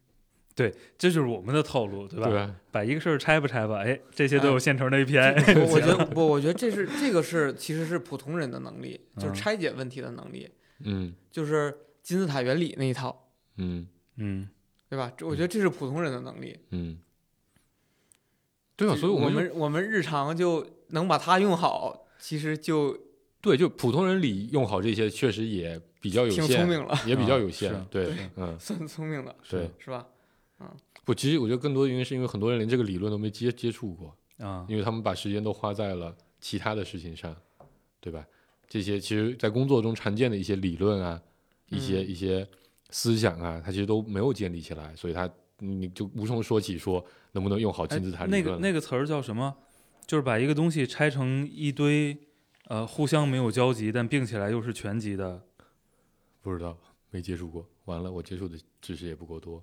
对，这就是我们的套路，对吧？对吧？把一个事儿拆吧拆吧，哎，这些都有现成的 API。我我觉得不，我觉得这是这个是其实是普通人的能力，就是嗯拆解问题的能力，嗯就是金字塔原理那一套，嗯。嗯对吧？这我觉得这是普通人的能力。嗯，对啊，就所以我我们就们我们日常就能把它用好，其实就对就普通人里用好这些，确实也比较有挺限，聪明了， 也比较有啊限。是对对，嗯，算聪明了，对。是吧？不，其实我觉得更多的原因是因为很多人连这个理论都没接接触过， 啊，因为他们把时间都花在了其他的事情上，对吧？这些其实，在工作中常见的一些理论啊，一些、嗯一些思想啊，它其实都没有建立起来，所以它你就无从说起，说能不能用好哎金字塔理那论个了？那个词儿叫什么？就是把一个东西拆成一堆，呃，互相没有交集，但并起来又是全集的。不知道，没接触过。完了，我接触的知识也不够多。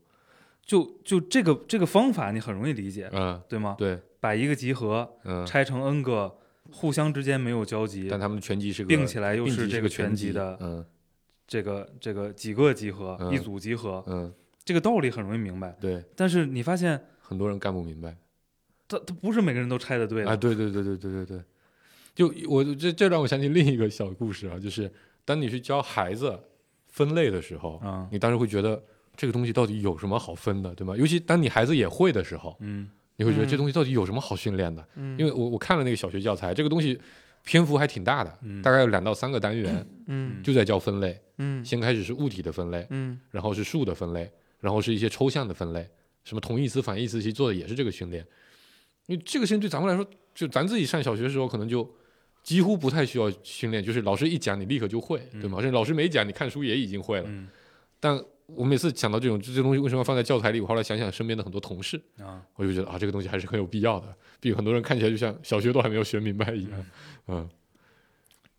就就这个这个方法，你很容易理解，嗯，对吗？对，把一个集合嗯，拆成 n 个，互相之间没有交集但，他们的拳击是个并起来又并是集这个全集集的嗯这个这个几个集合，嗯一组集合，嗯，这个道理很容易明白。对，但是你发现，很多人干不明白它它不是每个人都拆的对的啊，对对对对对对对，就我这这让我想起另一个小故事啊，就是当你去教孩子分类的时候，啊，你当时会觉得这个东西到底有什么好分的，对吗？尤其当你孩子也会的时候，嗯你会觉得嗯这东西到底有什么好训练的？嗯，因为我我看了那个小学教材，这个东西篇幅还挺大的，嗯大概有两到三个单元，嗯就在教分类。嗯先开始是物体的分类，嗯然后是数的分类，然后是一些抽象的分类，什么同义词、反义词，其实做的也是这个训练。因为这个事情对咱们来说，就咱自己上小学的时候，可能就几乎不太需要训练，就是老师一讲你立刻就会，对吗？甚至老师没讲，你看书也已经会了。嗯但我每次想到这种这这东西为什么要放在教材里，我后来想想身边的很多同事，啊，我就觉得啊，这个东西还是很有必要的。毕竟很多人看起来就像小学都还没有学明白一样。嗯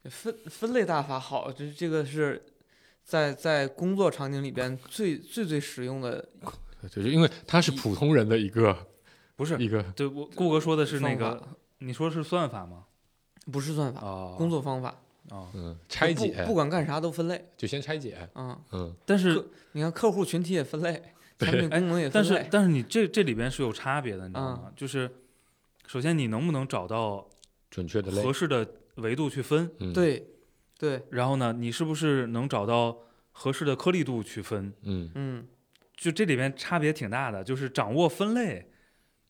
分分类大法好，这这个是在在工作场景里边最最最实用的。就是因为它是普通人的一个不是，一个对我顾哥说的是那方个，你说是算法吗？不是算法，哦，工作方法，哦，嗯拆不解不，管干啥都分类就先拆解。啊、嗯，但是各你看客户群体也分类，产品功能也分但是类，嗯但是你这这里边是有差别的，你知道吗？就是首先你能不能找到准确的类合。适的维度去分，嗯，对对，然后呢，你是不是能找到合适的颗粒度去分？嗯，嗯就这里边差别挺大的，就是掌握分类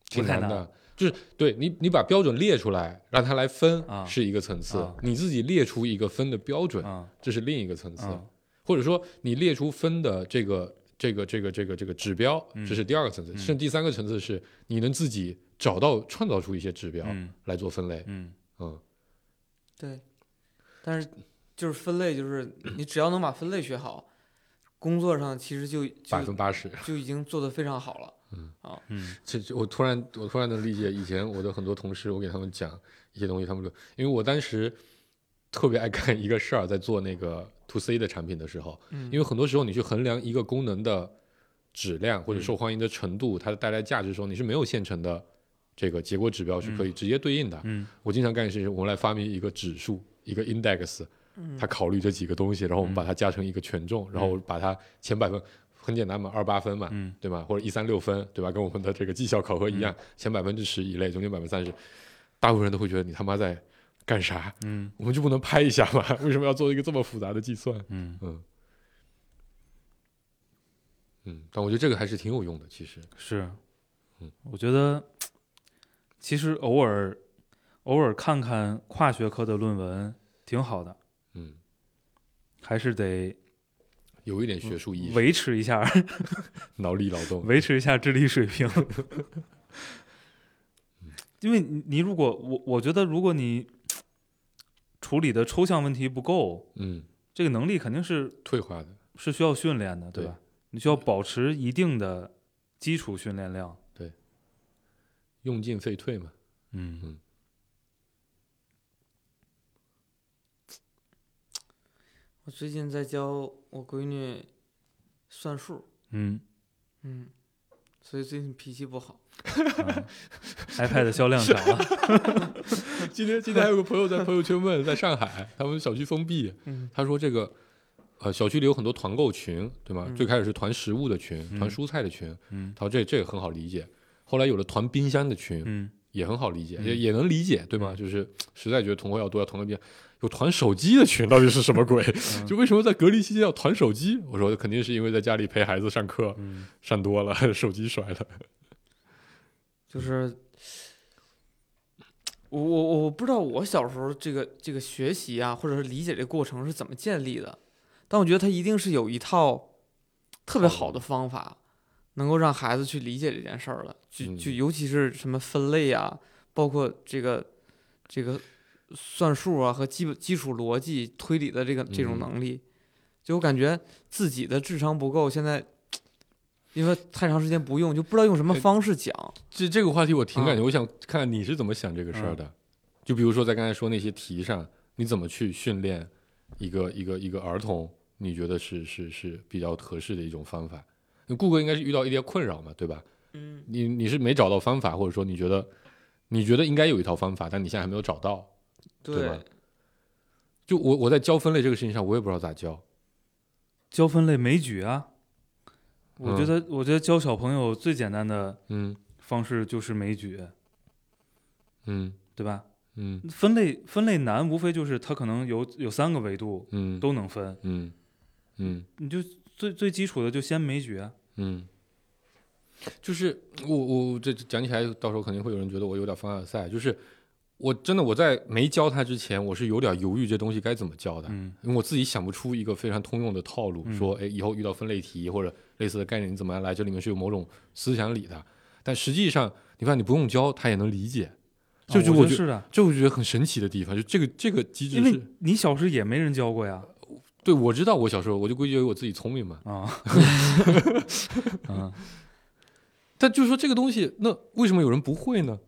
不挺太难难的。就是对你，你把标准列出来，让它来分啊是一个层次，啊你自己列出一个分的标准，啊这是另一个层次。啊或者说你列出分的这个这个这个这个这个指标，嗯这是第二个层次。嗯甚至第三个层次是你能自己找到、创造出一些指标嗯来做分类。嗯嗯，对，但是就是分类，就是你只要能把分类学好，工作上其实就百就分八十。就已经做得非常好了。嗯这这我突然我突然能理解，以前我的很多同事，我给他们讲一些东西，他们说，因为我当时特别爱干一个事儿，在做那个 to C 的产品的时候，嗯因为很多时候你去衡量一个功能的质量或者受欢迎的程度，它带来价值的时候，你是没有现成的这个结果指标是可以直接对应的。嗯我经常干的事情，我们来发明一个指数，一个 index，嗯它考虑这几个东西，然后我们把它加成一个权重，然后把它前百分很简单嘛，二八分嘛，嗯对吧？或者一三六分，对吧？跟我们的这个绩效考核一样，前百分之十以内，中间百分之三十，大部分人都会觉得你他妈在干啥？嗯我们就不能拍一下吗？ 为什么要做一个这么复杂的计算？嗯，嗯嗯，但我觉得这个还是挺有用的，其实，是嗯，我觉得其实偶尔偶尔看看跨学科的论文挺好的，嗯，还是得有一点学术意识，维持一下 脑力劳动，维持一下智力水平。 因为你你如果我我觉得如果你处理的抽象问题不够，嗯，这个能力肯定是退化的。是需要训练的，对吧？你需要保持一定的基础训练量。用进废退嘛。嗯我最近在教我闺女算数，嗯嗯，所以最近脾气不好。嗯啊 ，iPad 的 销量啊涨了，今天今天还有个朋友在朋友圈问，在上海他们小区封闭，嗯他说这个呃小区里有很多团购群，对吗？嗯最开始是团食物的群，嗯团蔬菜的群，嗯他说这这个很好理解。后来有了团冰箱的群，嗯也很好理解，嗯也也能理解，对吗？就是实在觉得同货要多，要团个冰箱， 有团手机的群到底是什么 鬼？就为什么在隔离期间要团手机？我说肯定是因为在家里陪孩子上课嗯上多了， 手机摔了。就是我我我不知道我小时候这个这个学习啊，或者是理解这个过程是怎么建立的，但我觉得它一定是有一套特别好的方法，能够让孩子去理解这件事儿的。就嗯就尤其是什么分类啊，包括这个这个算术啊和基本基础逻辑推理的这个这种嗯能力，就我感觉自己的智商不够，现在。因为太长时间不用，就不知道用什么哎方式讲。这这个话题我挺感啊觉，我想看看你是怎么想这个事儿的。嗯就比如说在刚才说那些题上，你怎么去训练一个一个一个儿童？你觉得是是是比较合适的一种方法？那顾客应该是遇到一些困扰嘛，对吧？嗯，你你是没找到方法，或者说你觉得你觉得应该有一套方法，但你现在还没有找到。对吧就我我在教分类这个事情上，我也不知道咋教。教分类枚举啊，我觉嗯得、我觉得教小朋友最简单的嗯方式就是枚举，嗯对吧？嗯分类分类难，无非就是它可能有有三个维度嗯都能分，嗯嗯你就最最基础的就先枚举啊。嗯，就是我我这这讲起来，到时候肯定会有人觉得我有点凡尔赛。就是我真的我在没教他之前，我是有点犹豫这东西该怎么教的，嗯因为我自己想不出一个非常通用的套路，嗯说哎，以后遇到分类题或者类似的概念，你怎么样来？这里面是有某种思想理的。但实际上，你发现你不用教，他也能理解，这就啊我觉得觉得是的，这我觉得很神奇的地方，就这个这个机制因为是。你小时候也没人教过呀，对，我知道我小时候我就归结于我自己聪明嘛。啊， 嗯，但就是说这个东西，那为什么有人不会呢？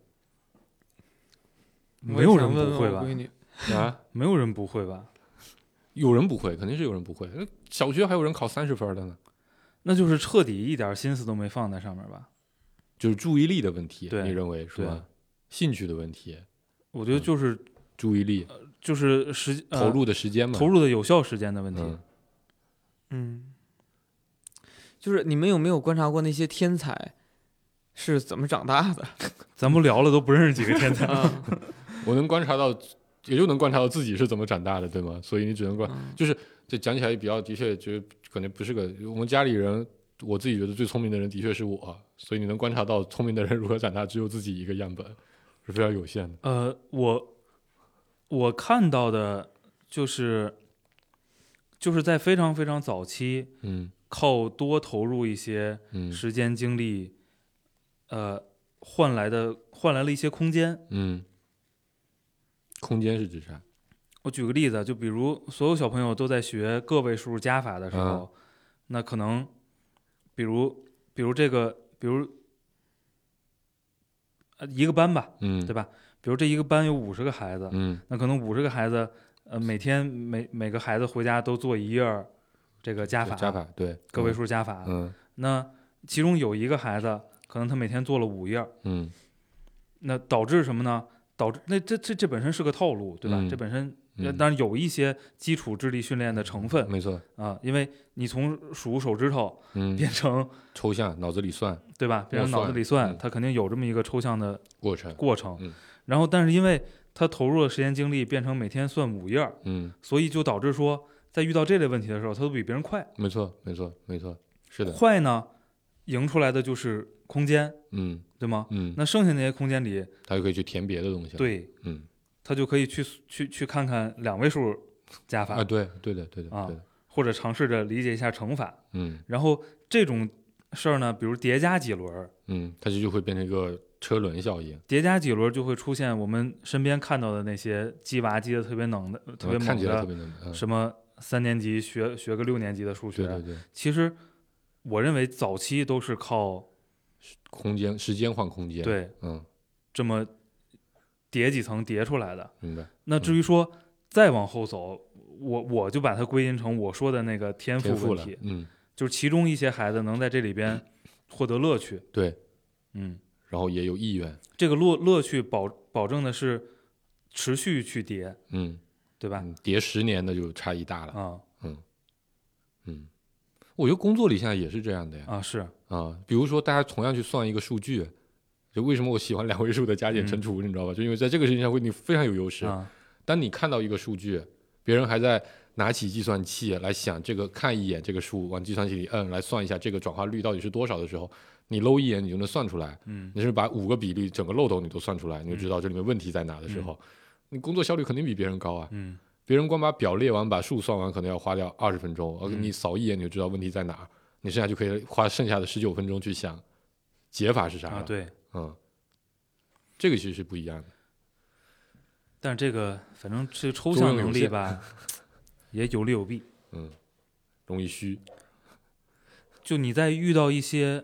没有人我也想问不会问我吧？闺女，啊，没有人不会吧？有人不会，肯定是有人不会。那小学还有人考三十分的呢，那就是彻底一点心思都没放在上面吧？就是注意力的问题，对你认为是吧？兴趣的问题，我觉得就是注意力就是时呃投入的时间嗯嘛，投入的有效时间的问题。嗯，嗯，就是你们有没有观察过那些天才是怎么长大的？咱不聊了，都不认识几个天 才。啊，我能观察到，也就能观察到自己是怎么长大的，对吗？所以你只能观，嗯就是这讲起来比较的确，觉得可能不是个我们家里人，我自己觉得最聪明的人的确是我，所以你能观察到聪明的人如何长大，只有自己一个样本，是非常有限的。呃，我我看到的就是就是在非常非常早期，嗯靠多投入一些嗯时间精力，呃，换来的换来了一些空间。嗯，空间是指啥？我举个例子啊，就比如所有小朋友都在学个位数加法的时啊候，那可能，比如，比如这个，比如，呃，一个班吧，嗯，对吧？吧？比如这一个班有五十个孩子，嗯那可能五十个孩子，呃，每天每每个孩子回家都做一页儿这个加法，加法对个位，数加法。嗯那其中有一个孩子，可能他每天做了五页儿，嗯那导致什么呢？导致那这这这本身是个套路，对吧？嗯这本身呃嗯当然有一些基础智力训练的成分嗯，没错，啊，因为你从数手指头嗯，变成抽象脑子里算对吧，变成脑子里算算嗯，它肯定有这么一个抽象的过程，过程嗯。然后，但是因为他投入了时间精力，变成每天算五页儿，嗯，所以就导致说，在遇到这类问题的时候，他都比别人快。没错没错没错，是的，快呢，赢出来的就是空间，嗯对吗？嗯，那剩下那些空间里，他就可以去填别的东西了，，对嗯他就可以去去去看看两位数加法啊，对对的对的啊对的，或者尝试着理解一下乘法。嗯然后这种事儿呢，比如叠加几轮儿，嗯，它这就会变成一个车轮效应，叠加几轮儿就会出现我们身边看到的那些鸡娃鸡的特别能的、特别嗯看猛起来特的，别能，嗯，什么三年级学学个六年级的数对学。啊对对，其实我认为早期都是靠空间时间换空间，，对嗯，这么叠几层叠出来的。明白，那至于说再往后走，我我就把它归因成我说的那个天赋天赋问了题，，嗯，就是其中一些孩子能在这里边 获得乐趣。对，嗯，然后也有意愿，这个乐乐趣保保证的是持续去叠，嗯对吧？嗯，叠十年的就差异大了，啊嗯，我觉得工作里现在也是这样的呀，啊是，啊，比如说大家同样去算一个数据，就为什么我喜欢两位数的加减乘除，你知道吧？就因为在这个事情上会你非常有优势。嗯啊当你看到一个数据，别人还在拿起计算器来想这个看一眼这个数，往计算器里摁来算一下这个转化率到底是多少的时候，你搂一眼你就能算出来。嗯，你是把五个比例整个漏斗你都算出来，你就知道这里面问题在哪的时候，你工作效率肯定比别人高啊。嗯别人光把表列完，把数算完，可能要花掉二十分钟，而嗯你扫一眼你就知道问题在哪儿，你剩下就可以花剩下的十九分钟去想解法是啥啊了。对，嗯，这个其实是不一样的。但是这个反正这抽作象用有能力限 吧，也有利有弊。嗯，容易虚。就你在遇到一些，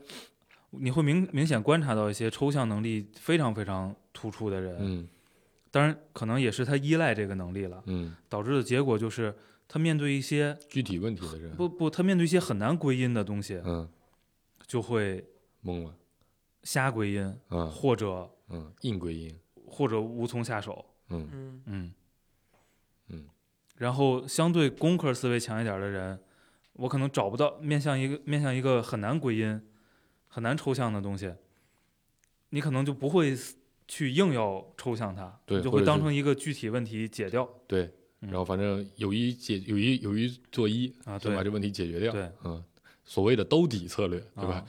你会明明显观察到一些抽象能力非常非常突出的人，嗯当然可能也是他依赖这个能力了，嗯，导致的结果就是他面对一些具体问题的人，不不，他面对一些很难归因的东西，嗯，就会懵了。瞎归因， 嗯或者嗯，硬归硬。或者无从下手。嗯嗯，嗯，嗯，然后相对工科思维强一点的人，我可能找不到面向一个面向一个很难归因、很难抽象的东西，你可能就不会去硬要抽象它，对你就或会者当是成一个具体问题解掉。对，嗯然后反正有一解有一有一做一啊就对把这问题解决掉。对，嗯，所谓的兜底策略，对吧？啊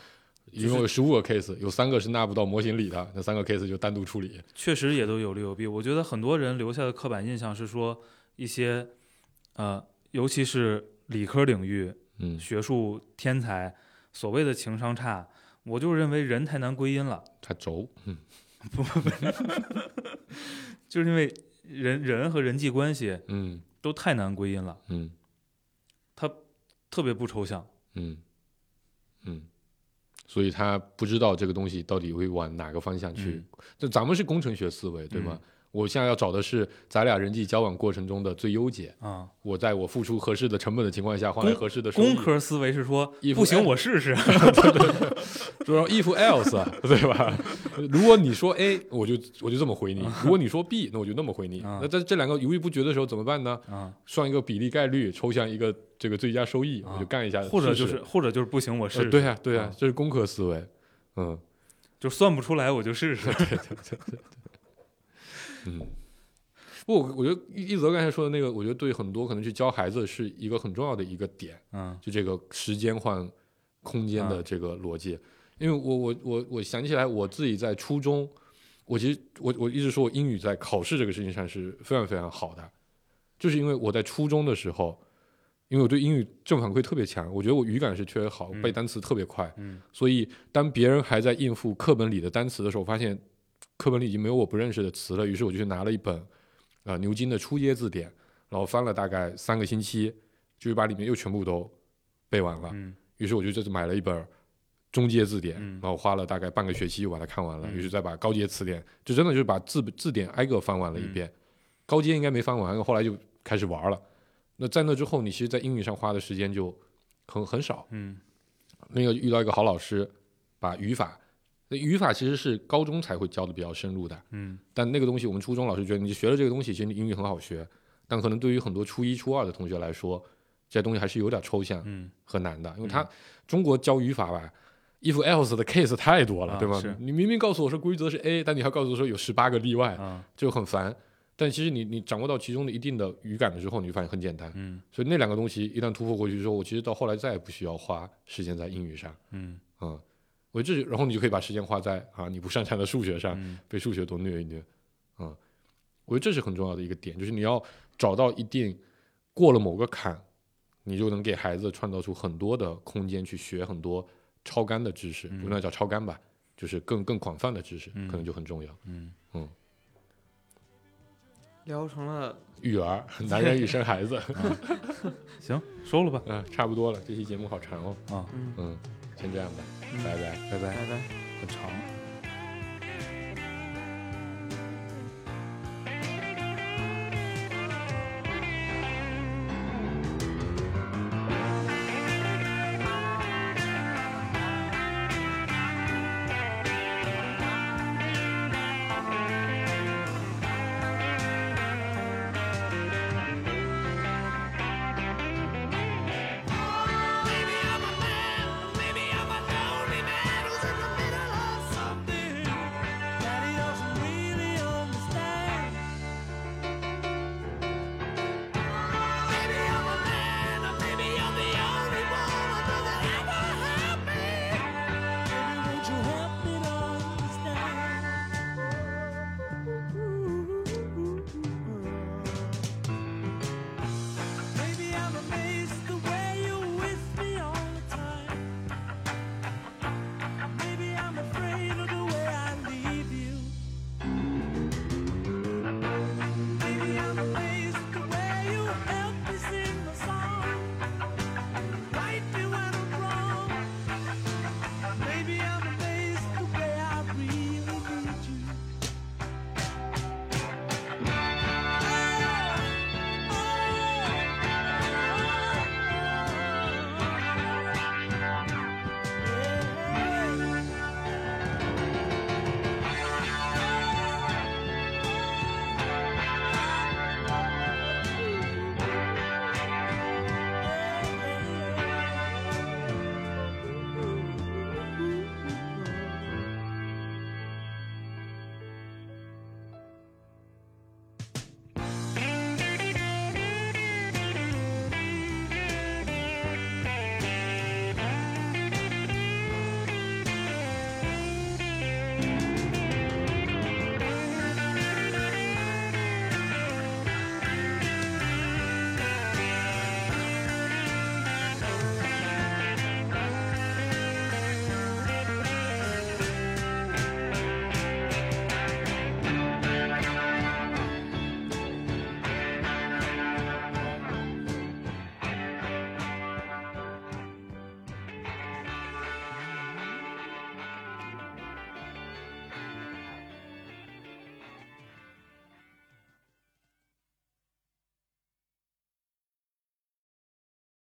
因为我有十五个 case，有三个是纳不到模型里的，那三个 case 就单独处理。确实也都有利有弊。我觉得很多人留下的刻板印象是说一些，呃，尤其是理科领域嗯，学术天才，所谓的情商差，我就认为人太难归因了，它轴，嗯就是因为人人和人际关系嗯都太难归因了，嗯特别不抽象。嗯嗯，所以他不知道这个东西到底会往哪个方向去。嗯就咱们是工程学思维，对吗？我现在要找的是咱俩人际交往过程中的最优解。啊、我在我付出合适的成本的情况下，换来合适的收益。工科思维是说一，副不行，哎我试试。就是 if else，啊对吧？ 如果你说 A，我就我就这么回你；如果你说 B，那我就那么回你。啊那在这两个犹豫不决的时候怎么办呢？啊、算一个比例概率，抽象一个这个最佳收益，我就干一哎下试试，呃或者就是或者就是不行，我试试。呃对呀、对呀、啊这是工科思维。嗯，就算不出来我就试试。不，我我觉得一泽刚才说的那个，我觉得对很多可能去教孩子是一个很重要的一个点，嗯就这个时间换空间的啊这个逻辑。因为我我我我想起来，我自己在初中，我其实我我一直说我英语在考试这个事情上是非常非常好的，就是因为我在初中的时候，因为我对英语正反馈特别强，我觉得我语感是确实好，嗯背单词特别快，嗯所以当别人还在应付课本里的单词的时候，发现课本里已经没有我不认识的词了，于是我就去拿了一本啊、呃牛津的初阶字典，然后翻了大概三个星期，就是把里面又全部都背完了。嗯于是我就就是买了一本中阶字典，嗯然后花了大概半个学期又把它看完了，嗯于是再把高阶词典，就真的就是把字字典挨个翻完了一遍。嗯高阶应该没翻完，后来就开始玩了。那在那之后，你其实，在英语上花的时间就很很少。嗯那个遇到一个好老师，把语法，那语法其实是高中才会教的比较深入的，嗯但那个东西我们初中老师觉得你学了这个东西，其实你英语很好学，但可能对于很多初一、初二的同学来说，这些东西还是有点抽象嗯和难的，因为他、中国教语法吧。if else 的 case 太多了，啊对吗是？你明明告诉我说规则是 A，但你还告诉我说有十八个例外，啊就很烦。但其实你你掌握到其中的一定的语感了之后，你就发现很简单。嗯所以那两个东西一旦突破过去之后，我其实到后来再也不需要花时间在英语上。嗯嗯，我这然后你就可以把时间花在啊你不擅长的数学上，嗯被数学多虐一虐，嗯，我觉得这是很重要的一个点，就是你要找到一定过了某个坎，你就能给孩子创造出很多的空间去学很多超干的知识，嗯不能叫超干吧，就是更更广泛的知识，嗯可能就很重要。嗯聊成了育儿，男人与 生孩子，行，收了吧。嗯、差不多了，这期节目好长哦，啊，嗯，嗯，先这样吧，拜拜，拜拜拜拜。很长。